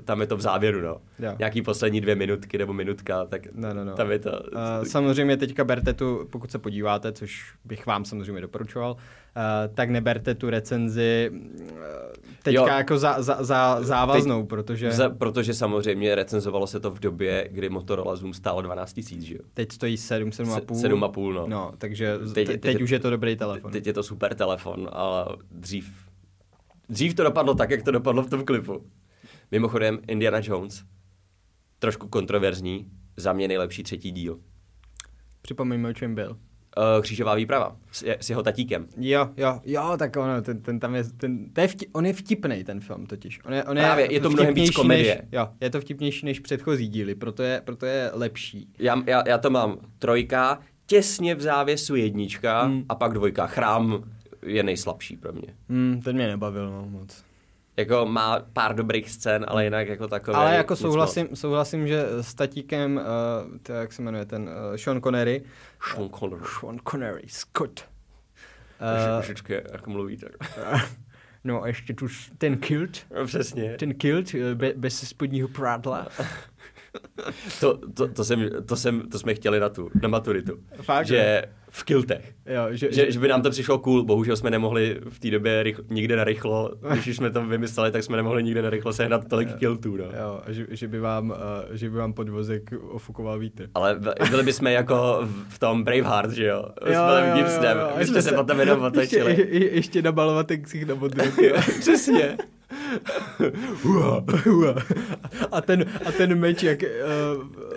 tam je to v závěru, no. Jo. Nějaký poslední dvě minutky nebo minutka, tak No, no, no. tam je to. Uh, samozřejmě teďka berte tu, pokud se podíváte, což bych vám samozřejmě doporučoval, uh, tak neberte tu recenzi uh, teďka Jo. jako za, za, za závaznou, Teď, protože Že... Za, protože samozřejmě recenzovalo se to v době, kdy Motorola Zoom stálo 12 tisíc, že jo? teď stojí 7, 7,5. Se- 7,5, no. No, takže teď, Teď- teď, teď teď- už je to dobrý telefon. Teď je to super telefon, ale dřív, dřív to dopadlo tak, jak to dopadlo v tom klipu. Mimochodem, Indiana Jones, trošku kontroverzní, za mě nejlepší třetí díl. Připomeňme, o čem byl. Uh, křížová výprava s, je- s jeho tatíkem. Jo, jo, jo, tak ono, ten, ten tam je, ten, to je vtip, on je vtipný ten film totiž. On je, on Právě, je to mnohem víc vtipnější komedie. Než, jo, je to vtipnější než předchozí díly, proto je, proto je lepší. Já, já, já to mám trojka, těsně v závěsu jednička mm. a pak dvojka. Chrám je nejslabší pro mě. Hmm, ten mě nebavil no, moc. Jako má pár dobrých scén, ale jinak jako takové. Hmm. Ale jako nic souhlasím, souhlasím, že s tatíkem, uh, to je, jak se jmenuje ten, uh, Sean Connery. moc. Sean Connery. Sean Connery, Scott. Uh, Uh, Vždycky, jak mluví, tak. no a ještě tu, s- ten kilt, Přesně. ten kilt eh, be, bez spodního prádla. To, to, to, jsem, to, jsem, to jsme chtěli na tu, na maturitu. Fakt, že v kiltech. Jo, že, Že, že by nám to přišlo cool, bohužel jsme nemohli v té době rychl, nikde narychlo, když už jsme to vymysleli, tak jsme nemohli nikde narychlo sehnat tolik kiltů, no. jo, že, že, by vám, eh, že by vám podvozek ofukoval vítr. Ale b- byli bychom jako v- v tom Braveheart, že jo? S Jo, panem jo, Gibsonem. jo, jo, My jsme ještě se potom jenom ještě, je, otočili. je, ještě na balovatexích na modrou. Přesně. Hua. a, ten, a ten meč, jak, eh,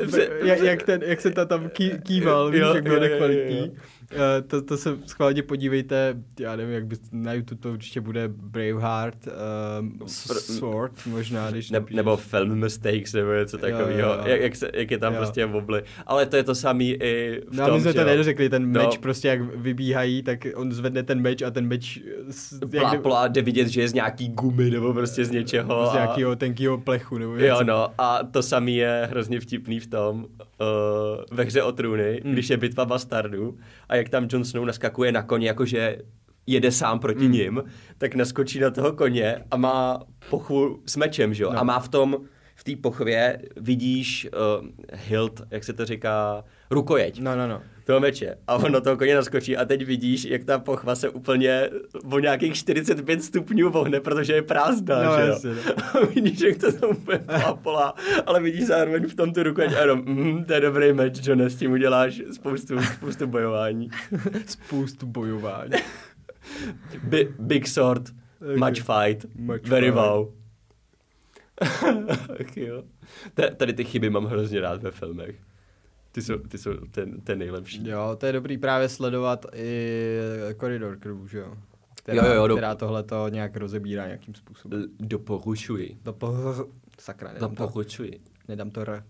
Pře- jak, jak, ten, jak se ta tam ký, kýval, víš, Jo, jak jo, jo, byl jo, nekvalitní. jo. Eh, To, to se schválně podívejte, já nevím, jak by, na YouTube to určitě bude Braveheart, um, Pr- Sword možná, když Ne, napíšeš. nebo film mistakes, nebo něco Jo, jo, takového. jo. Jak, jak, se- jak je tam Jo. prostě vobly. Ale to je to samý i v No, tom, my jsme že to jo. nedořekli, ten No. meč prostě jak vybíhají, tak on zvedne ten meč a ten meč s- Plá, plá, jde vidět, že je z nějaký gumy nebo prostě z něčeho. z nějakého tenkého plechu nebo Jo, něco. no, a to samé je hrozně vtipný v tom, uh, ve hře o trůny, Mm. mm. když je bitva bastardů a jak tam Jon Snow naskakuje na koně, jakože jede sám Hmm. proti mm. ním, tak naskočí na toho koně a má pochvu s mečem, že jo? No. No. A má v tom, v té pochvě vidíš uh, hilt, jak se to říká, rukojeť No, no, no. toho meče a on na toho koně naskočí a teď vidíš, jak ta pochva se úplně o nějakých 45 stupňů vohne, protože je prázdná, No, že jasně, jo? no. A vidíš, jak to tam úplně plapolá, ale vidíš zároveň v tom tu ruku a jenom, mm, to je dobrý meč, John, s tím uděláš spoustu, spoustu bojování. Spoustu bojování. Bi- big sword, Okay. much fight, Much very fight. wow. Ach jo. T- tady ty chyby mám hrozně rád ve filmech. Ty jsou, ty jsou ten, ten nejlepší. Jo, to je dobrý právě sledovat i koridor krvů, že jo? Která, Jo, jo, jo, která tohle to nějak rozebírá nějakým způsobem. L- Doporučuji. Do pohr... Sakra, nedám to, Doporučuji. nedám to r.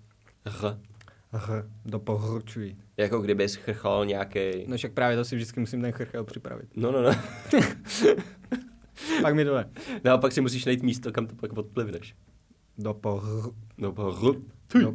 R. r. Doporučuji. Jako kdyby schrchal nějaký. No však právě to si vždycky musím ten chrchel připravit. No, no, no. Pak mi dole. Naopak si musíš najít místo, kam to pak odplivneš. Do pohr... No, hr. Do...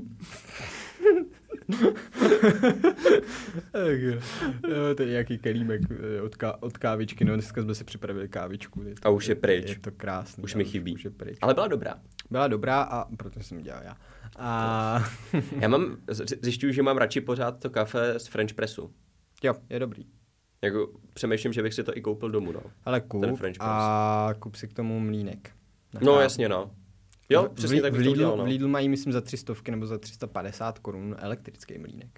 tak jo. jo, to je nějaký kelímek eh, od, ká- od kávičky. No dneska jsme si připravili kávičku. Je to, A už je pryč. Je, to krásné. Už mi chybí. Už je pryč. Ale byla dobrá. Byla dobrá a proto jsem ji dělal já. A Já mám, z- zjišťuju, že mám radši pořád to kafe z French Pressu. jo, je dobrý. Jako přemýšlím, že bych si to i koupil domů, no. Ale Ten kup French a kup si k tomu mlínek. Na No, kávu. jasně, no. Jo, V- přesně v, tak v bych to Lidlu, udělal, v no. Lidlu mají, myslím, za 300 nebo za 350 korun elektrický mlínek.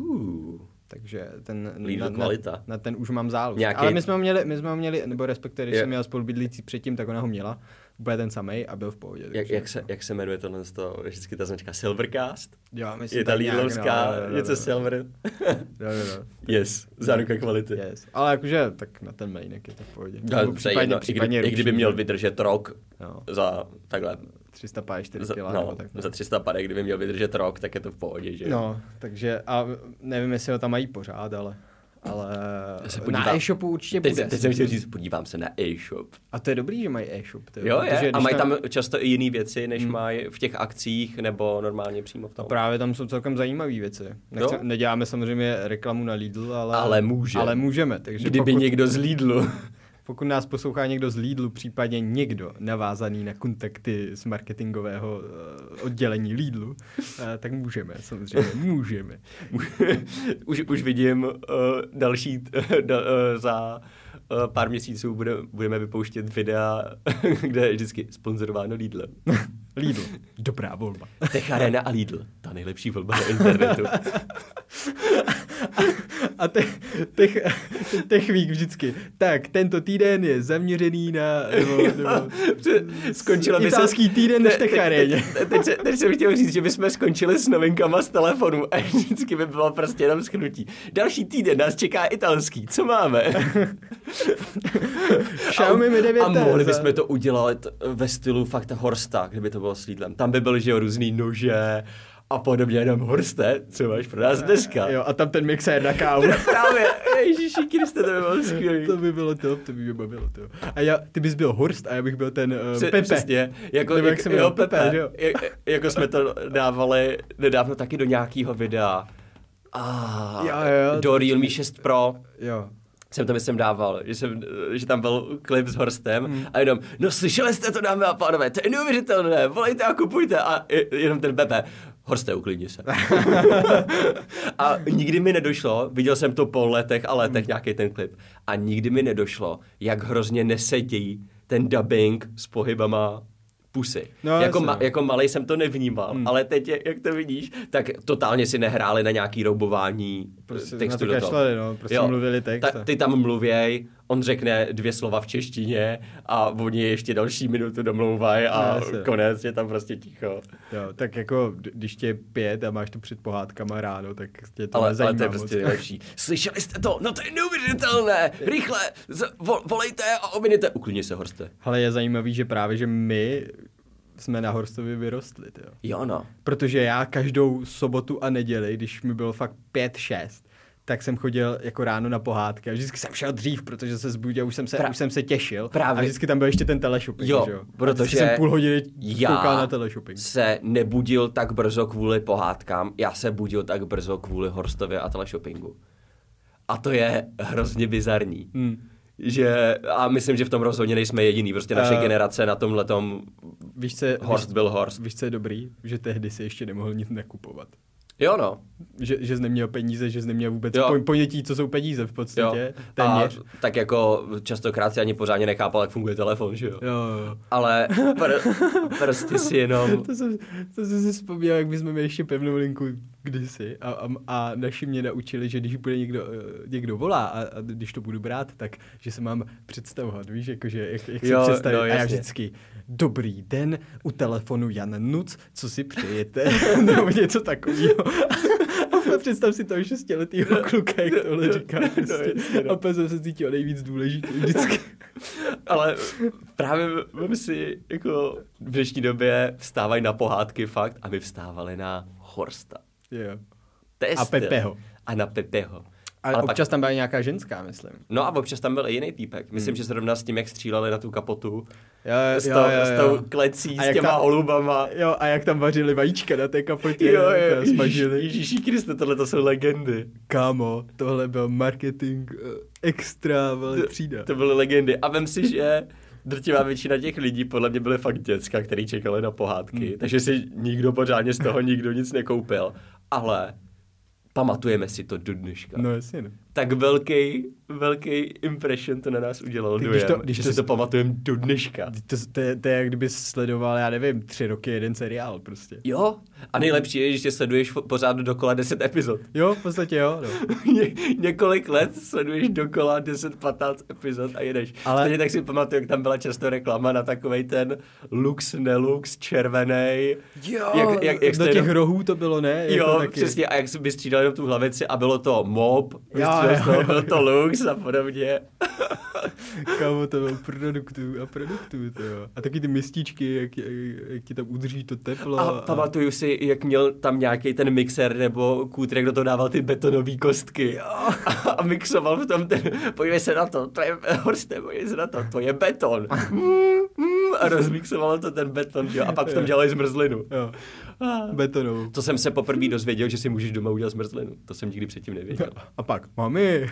Uh, Takže ten Lidl na, na, kvalita. na, ten už mám zálož. Nějakej- Ale my jsme ho měli, my jsme ho měli nebo respektive, když Je- jsem měl spolubydlící předtím, tak ona ho měla. Úplně ten samej a byl v pohodě. jak, takže- jak, se, jak se jmenuje tohle, to, vždycky ta značka Silvercast? Jo, myslím, Je ta tak nějak, Lidlovská, no, jo, jo, jo, něco jo. Silver. Jo, jo, jo. yes, záruka kvality. Yes. Ale jakože, tak na ten mlínek je to v pohodě. No, Nebo to je jedno, i, kdy, I ruční, no. kdyby měl že? vydržet rok Jo. za takhle, 354 za, kg. no, tak za 300 pade, kdyby měl vydržet rok, tak je to v pohodě, že jo? no, takže a nevím, jestli ho tam mají pořád, ale, ale Já se na podívám. e-shopu určitě Teď, bude. se- teď jsem chtěl říct, podívám se na e-shop. A to je dobrý, že mají e-shop. Ty, Jo, je. A když Hmm. mají tam často i jiné věci, než mají v těch akcích nebo normálně přímo v tom. No Právě tam jsou celkem zajímavé věci. Nechce, Jo. Neděláme samozřejmě reklamu na Lidl, ale, Ale může. ale můžeme. Takže Kdyby pokud, někdo z Lidlu. pokud nás poslouchá někdo z Lidlu, případně někdo navázaný na kontakty z marketingového eh, oddělení Lidlu, eh, tak můžeme, samozřejmě, můžeme. už, už vidím uh, další eh, da, uh, za uh, pár měsíců bude, budeme vypouštět videa, kde je vždycky sponzorováno Lidlem. No. Lidl, dobrá volba. Tech Arena a Lidl. Ta nejlepší volba na internetu. A te, tech, techvík vždycky. Tak, tento týden je zaměřený na... Nebo, nebo, Skončila by se... Italský týden Te- v Tech te- Aréně. te- Teď, se- teď jsem chtěl říct, že bychom skončili s novinkama z telefonu a vždycky by bylo prostě jenom schnutí. Další týden nás čeká italský, co máme? Xiaomi Mi 9 A mohli bychom to udělat eh, ve stylu fakt Horsta, kdyby to bylo s Lidlem. Tam by byl, že jo, různý nože a podobně, jenom Horste, co máš pro nás dneska? Jo, a tam ten mixér na kávu. Právě, ježiši Kriste, to by bylo skvělý. to by bylo to, to by mě bavilo. To. A já, ty bys byl Horst a já bych byl ten uh, Pře- Pepe. Ehm, Přesně, jako, Nebo jak jak, se jo, jmenuje, Pepe, Pepe, že jo? jak, jako jsme to dávali nedávno taky do nějakého videa. Ah, Jo, jo, jo, do Realme 6 Pro Jo. jsem to myslím dával, že, jsem, že tam byl klip s Horstem Hmm. a jenom, no slyšeli jste to dámy a pánové, to je neuvěřitelné, volejte a kupujte a je- jenom ten Pepe. Horste, uklidni se. a nikdy mi nedošlo, viděl jsem to po letech a letech hmm. nějaký ten klip, a nikdy mi nedošlo, jak hrozně nesedí ten dubbing s pohybama pusy. No, No, jako, jasně. ma, jako malej jsem to nevnímal, hmm. ale teď, je- jak to vidíš, tak totálně si nehráli na nějaký roubování prostě Prostě na textu to do toho. kašlali, no, prostě mluvili text a- Ta, ty tam mluvěj, on řekne dvě slova v češtině a oni ještě další minutu domlouvají No, a jasně. konec je tam prostě ticho. Jo, tak jako, d- když tě je pět a máš to před pohádkama ráno, tak tě to ale, ale nezajímá to je moc. prostě nejlepší. Slyšeli jste to? No to je neuvěřitelné! Rychle! Z- vo- volejte a ominete! Uklidni se, Horste. Ale je zajímavý, že právě, že my jsme na Horstovi vyrostli, jo. Jo no. Protože já každou sobotu a neděli, když mi bylo fakt 5-6, tak jsem chodil jako ráno na pohádky a vždycky jsem šel dřív, protože se zbudil, už jsem se, Pra- už jsem se těšil. Právě. A vždycky tam byl ještě ten teleshopping, Jo, že jo? A protože vždycky jsem půl hodiny koukal na já teleshopping. se nebudil tak brzo kvůli pohádkám, já se budil tak brzo kvůli Horstově a teleshoppingu. A to je hrozně bizarní. Hmm. Že, a myslím, že v tom rozhodně nejsme jediný, prostě naše Eh, generace na tomhle tom Víš, co, je- Horst víš, byl Horst. víš, co je dobrý? Že tehdy si ještě nemohl nic nakupovat. Jo no, Že, že jsi neměl peníze, že jsi neměl vůbec Jo. po, ponětí, co jsou peníze v jo. podstatě. A Téměř. tak jako častokrát si ani pořádně nechápal, jak funguje telefon, že jo. Jo, jo. Ale pr- prostě si jenom... To jsem, to jsem si vzpomněl, jak my jsme měli ještě pevnou linku kdysi a, a, a naši mě naučili, že když bude někdo, eh, někdo volá a, a když to budu brát, tak že se mám představovat, víš, jakože jak, jak Jo, se představit no, a já jasně. vždycky dobrý den, u telefonu Jan Nuc, co si přejete, nebo něco takového. A představ si toho šestiletýho kluka, jak tohle říká. Prostě. jasně, no. A pak jsem se cítil nejvíc důležitý vždycky. Ale právě vem si, jako v dnešní době vstávají na pohádky fakt a my vstávali na Horsta. Jo. To je A styl. Pepeho. A na Pepeho. Ale, Ale pak- občas tam byla nějaká ženská, myslím. No a občas tam byl i jiný týpek. Myslím, že zrovna s tím, jak stříleli na tu kapotu. Hmm. Jo, s, tou, s tou klecí, A s jak těma ta- holubama. Jo, a jak tam vařili vajíčka na té kapotě, Jo, jak jo, to smažili. Ježíši Kriste, tohle to jsou legendy. Kámo, tohle byl marketing eh, extra, vole, třída. To byly legendy. A vem si, že drtivá většina těch lidí podle mě byly fakt děcka, který čekali na pohádky. Hmm. Takže si nikdo pořádně z toho nikdo nic nekoupil. Ale pamatujeme si to do dneška. No jasně, no. Tak velký, velký impression to na nás udělalo Tak dojem, když když to- to, když že to si s- to pamatujeme do dneška. Vždyť To, to, je, to je, jak kdyby sledoval, já nevím, tři roky jeden seriál prostě. Jo, a nejlepší je, že tě sleduješ fo- pořád dokola 10 epizod. Jo, v podstatě jo, no. Ně- několik let sleduješ dokola 10-15 epizod a jedeš. Ale- Ale... Stejně tak si pamatuju, jak tam byla často reklama na takovej ten lux nelux červený. jak, jak, jak do jste těch jenom- rohů to bylo, ne? Je Jo, to taky... přesně, a jak jsi vystřídal jenom tu hlavici a bylo to mob, jo, vystřídal z toho, jo, bylo to lux a podobně. Kámo, to bylo produktů a produktů, to jo. A taky ty mističky, jak, jak, jak ti tam udrží to teplo. A pamatuju si, jak měl tam nějaký ten mixer nebo kůtr, kdo to dával ty betonové kostky a, a mixoval v tom ten, podívej se na to, to je horste, podívej se na to, to je beton. Mm, mm, a rozmixoval to ten beton, že? jo, a pak v tom dělali zmrzlinu. Jo, Ah. betonovou. To jsem se poprvé dozvěděl, že si můžeš doma udělat zmrzlinu. To jsem nikdy předtím nevěděl. A pak, mami,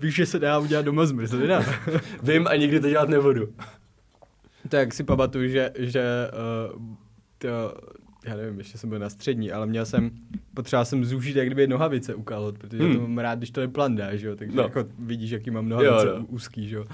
víš, že se dá udělat doma zmrzlina? Vím a nikdy to dělat nebudu. tak si pamatuju, že, že uh, to, já nevím, ještě jsem byl na střední, ale měl jsem, potřeboval jsem zúžit jak kdyby nohavice u kalhot, protože hmm. Hmm. to mám rád, když to je plandá, že jo, takže no. No. jako vidíš, jaký mám nohavice Jo, no. u- úzký, že jo.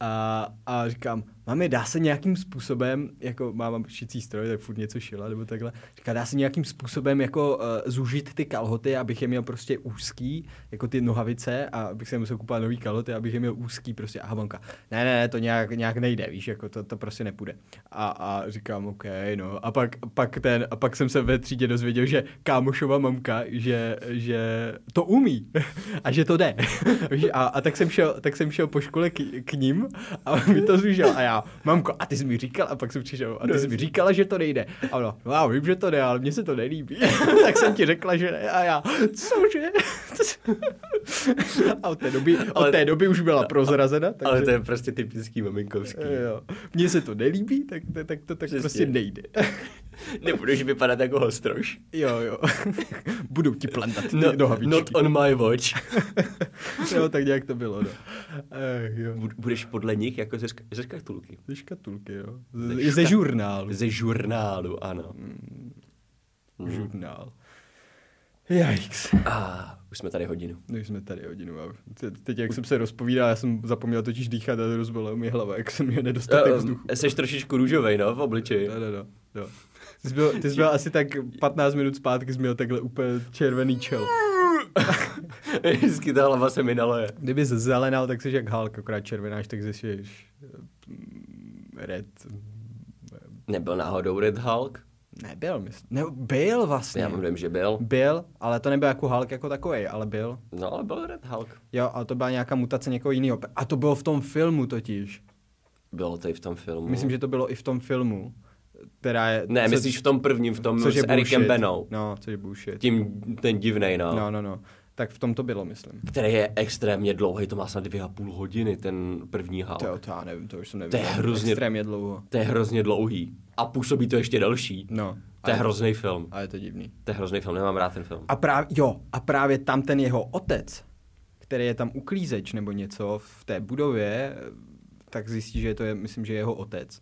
A, a říkám, mami, dá se nějakým způsobem, jako má- mám šicí stroj, tak furt něco šila nebo takhle, říká, dá se nějakým způsobem jako uh, zúžit ty kalhoty, abych je měl prostě úzký, jako ty nohavice, a abych se musel kupovat nový kalhoty, abych je měl úzký prostě. A vonka, ne, ne, ne, to nějak, nějak nejde, víš, jako to, to prostě nepůjde. A, a říkám, OK, no. A pak, pak, ten, a pak jsem se ve třídě dozvěděl, že kámošova mamka, že, že to umí a že to jde. Víš, a, a tak, jsem šel, tak jsem šel po škole k, k ním a on mi to zúžil. A já, mamko, a ty jsi mi říkal, a pak jsem přišel, a ty No, jsi mi říkala, že to nejde. A ona, no já vím, že to jde, ale mně se to nelíbí. tak jsem ti řekla, že ne. A já, cože? a od té doby, od Ale- té doby už byla prozrazena. Takže... Ale to je prostě typický maminkovský. Jo. Mně se to nelíbí, tak, tak, tak to tak Přesně. prostě nejde. Nebudeš vypadat jako hostroš. Jo, jo. Budu ti plantat ty no, No, nohavičky. not on my watch. Jo, tak nějak to bylo, no. Ech, jo. Bud- Budeš podle nich jako ze, šk- ze škatulky. Ze škatulky, jo. Ze Ze, ze ška- žurnálu. Ze žurnálu, ano. Jo, žurnál. Yikes. A ah, už jsme tady hodinu. No, Už jsme tady hodinu. A te- teď, jak jsem se rozpovídal, já jsem zapomněl totiž dýchat a rozbolel mi hlava, jak jsem měl nedostatek vzduchu. Um, jsi trošičku růžovej, no, v obliči. No, no, no. no. Ty jsi, byl, ty jsi byl asi tak 15 minut zpátky, jsi měl takhle úplně červený čel. Vždycky ta hlava se mi naleje. Kdyby jsi zelenal, tak jsi jak Hulk, akorát červenáš, tak zjistíš mm, red. Nebyl náhodou Red Hulk? Nebyl, myslím. Ne, byl vlastně. Já vím, že byl. Byl, ale to nebyl jako Hulk jako takový, ale byl. No, ale byl Red Hulk. Jo, ale to byla nějaká mutace někoho jiného. A to bylo v tom filmu totiž. Bylo to i v tom filmu. Myslím, že to bylo i v tom filmu. Která je, Ne, myslíš v tom prvním, v tom což je s Erikem bullshit. Benou. No, což je bullshit. Tím ten divnej, no. No, no, no. Tak v tom to bylo, myslím. Který je extrémně dlouhý, to má snad dvě a půl hodiny, ten první Hulk. To, jo, to já nevím, to už jsem nevím. To je hrozně- Extrémně dlouho. To je hrozně dlouhý. A působí to ještě další. No. To je A- hrozný film. A je to divný. To je hrozný film, nemám rád ten film. A právě, jo, a právě tam ten jeho otec, který je tam uklízeč nebo něco v té budově, tak zjistí, že to je, myslím, že jeho otec.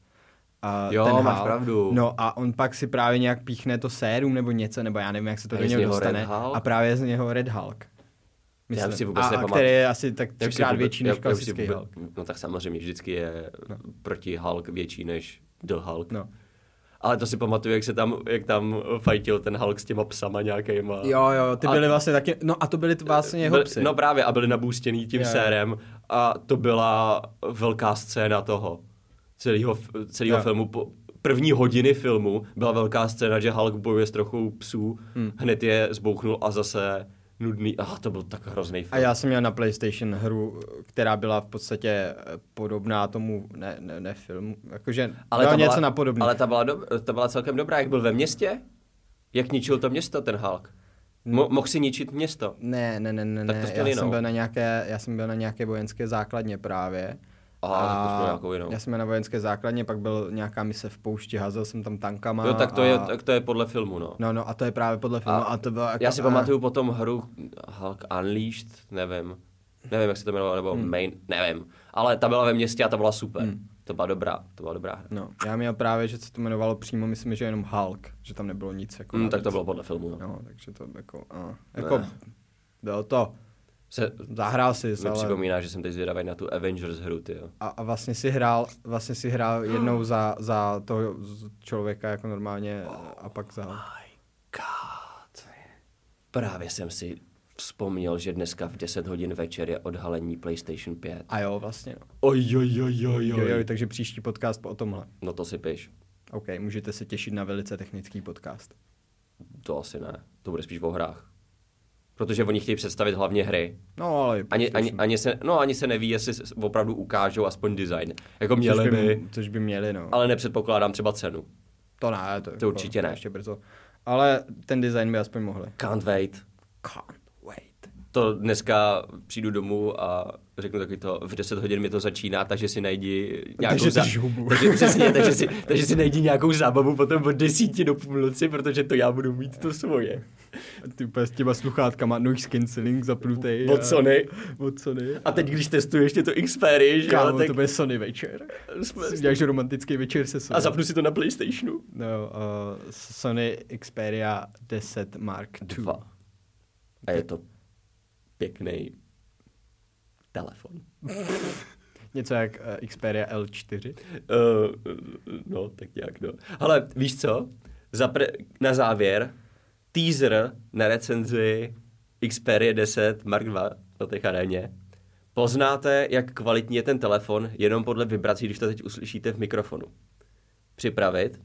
A Jo, ten máš Hulk- pravdu. No a on pak si právě nějak píchne to sérum nebo něco, nebo já nevím, jak se to A do je z něho něho Red dostane. Hulk? A právě je z něho Red Hulk. Já si vůbec a, a nepamatuju. který je asi tak Já už si třikrát vůbec- větší já- než já už si klasický vůbec- Hulk. No tak samozřejmě, vždycky je proti Hulk větší než The Hulk. No. Ale to si pamatuju, jak se tam, jak tam fajtil ten Hulk s těma psama nějakýma. Jo, jo, ty A- byly vlastně taky, no a to byly t- vlastně jeho Byli- psy. No právě, a byli nabůstěný tím Jo, jo. sérem a to byla velká scéna toho celého, celého Jo. filmu. Po první hodiny filmu byla velká scéna, že Hulk bojuje s trochou psů, Hmm. hned je zbouchnul a zase nudný. Ah, to byl tak hrozný A film. já jsem měl na PlayStation hru, která byla v podstatě eh, podobná tomu, ne, ne, ne filmu, jakože ale ta byla- byla No něco na podobný. Ale ta byla, dob- ta byla celkem dobrá, jak byl ve městě, jak ničil to město ten Hulk. Mo- Hmm. mohl si ničit město. Ne, ne, ne, ne, Tak to ne. chtěl Já jsem, jinou. byl na nějaké, já jsem byl na nějaké vojenské základně právě. Aha, tak to jsi byl nějakou jinou. Já jsem byl na vojenské základně, pak byl nějaká mise v poušti, hazel jsem tam tankama. Jo, tak to, a... je, tak to je podle filmu, no. No, no, a to je právě podle filmu. A, a to bylo jako, Já si a- pamatuju potom hru Hulk Unleashed, nevím. Nevím, jak se to jmenovalo, nebo hmm. Main, nevím. Ale ta byla ve městě a ta byla super. Hmm. To byla dobrá, to byla dobrá hra. No, já měl právě, že se to jmenovalo přímo, myslím, že jenom Hulk, že tam nebylo nic. Jako Hmm, navíc. tak to bylo podle filmu. No. No, takže to jako, a, jako, Ne. bylo to. Se, Zahrál jsi, mi ale... připomíná, že jsem teď zvědavý na tu Avengers hru, ty jo. A, a vlastně si hrál, vlastně si hrál jednou za, za toho z- člověka jako normálně a pak za... God. Právě jsem si vzpomněl, že dneska v 10 hodin večer je odhalení PlayStation 5. A jo, vlastně. No. Oj, oj, oj, oj, Jo, jo, takže příští podcast po o tomhle. No to si piš. OK, můžete se těšit na velice technický podcast. To asi ne. To bude spíš o hrách. Protože oni chtějí představit hlavně hry. No, ale... Ani, ani, PlayStation, ani, se, no, ani se neví, jestli s- opravdu ukážou aspoň design. Jako což měli by, by, což by měli, no. ale nepředpokládám třeba cenu. To ne, to, To určitě ne. Ještě brzo. Ale ten design by aspoň mohli. Can't wait. Can't wait. To dneska přijdu domů a řeknu taky to, v 10 hodin mi to začíná, takže si najdi nějakou Takže držíš hubu. takže, přesně, takže, si, takže si najdi nějakou zábavu potom od 10 do půlnoci, protože to já budu mít to svoje. A Ty úplně s těma sluchátkama no noise cancelling zapnutej. Od Sony. Od Sony. A teď, když testuju ještě to Xperia, že jo, Kámo, tak to bude Sony večer. jsme- Děláš romantický večer se Sony. a zapnu si to na Playstationu. No, uh, Sony Xperia 10 Mark II. Dva. A je to pěkný telefon. Něco jak uh, Xperia L4. Uh, no, tak nějak, no. Ale víš co? Zapr- na závěr teaser na recenzi Xperia 10 Mark II na té aréně. Poznáte, jak kvalitní je ten telefon jenom podle vibrací, když to teď uslyšíte v mikrofonu. Připravit.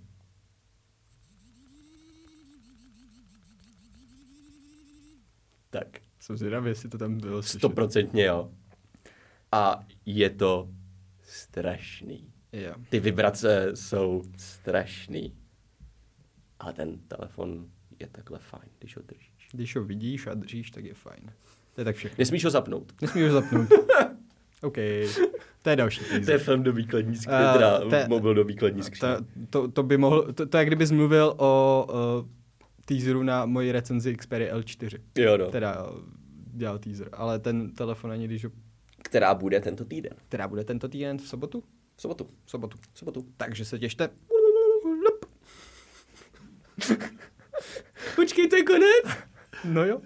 Tak, Jsem zvědavý, jestli to tam bylo slyšet. stoprocentně jo. A je to strašný. Jo. Ty vibrace jsou strašný. A ten telefon je takhle fajn, když ho držíš. Když ho vidíš a držíš, tak je fajn. To je tak všechno. Nesmíš ho zapnout. Nesmíš ho zapnout. OK. To je další To je teaser. film do výkladní skříně, Eh, teda to je- mobil do výkladní skříně. To, to, to, by mohl, to, to je kdyby mluvil o uh, teaseru na moji recenzi Xperia L4. Jo no. Teda eh, dělal teaser, ale ten telefon ani když ho... Která bude tento týden. Která bude tento týden v sobotu? V sobotu. V sobotu. V sobotu. Takže se těšte. počkej, to je konec. No jo.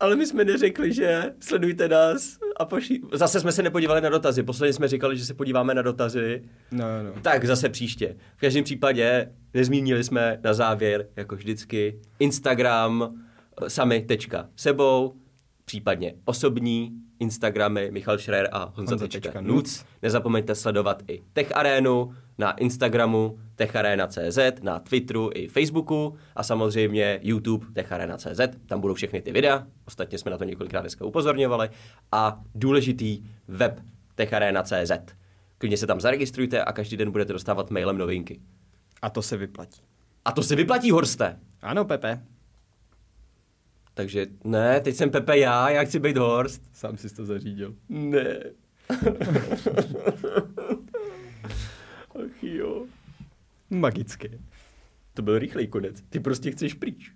Ale my jsme neřekli, že sledujte nás a poší... Zase jsme se nepodívali na dotazy. Posledně jsme říkali, že se podíváme na dotazy. No, jo, no. Tak zase příště. V každém případě nezmínili jsme na závěr, jako vždycky, Instagram eh, sami tečka sebou, případně osobní Instagramy Michal Schreier a Honza, Honza tečka tečka Nuc. Nezapomeňte sledovat i Tech Arenu na Instagramu techarena.cz, na Twitteru i Facebooku a samozřejmě YouTube techarena.cz, tam budou všechny ty videa, ostatně jsme na to několikrát dneska upozorňovali, a důležitý web techarena.cz. Klidně se tam zaregistrujte a každý den budete dostávat mailem novinky. A to se vyplatí. A to se vyplatí, Horste! Ano, Pepe. Takže ne, teď jsem Pepe já, já chci být Horst. Sám jsi to zařídil. Ne. Ach jo. Magické. To byl rychlej konec. Ty prostě chceš pryč.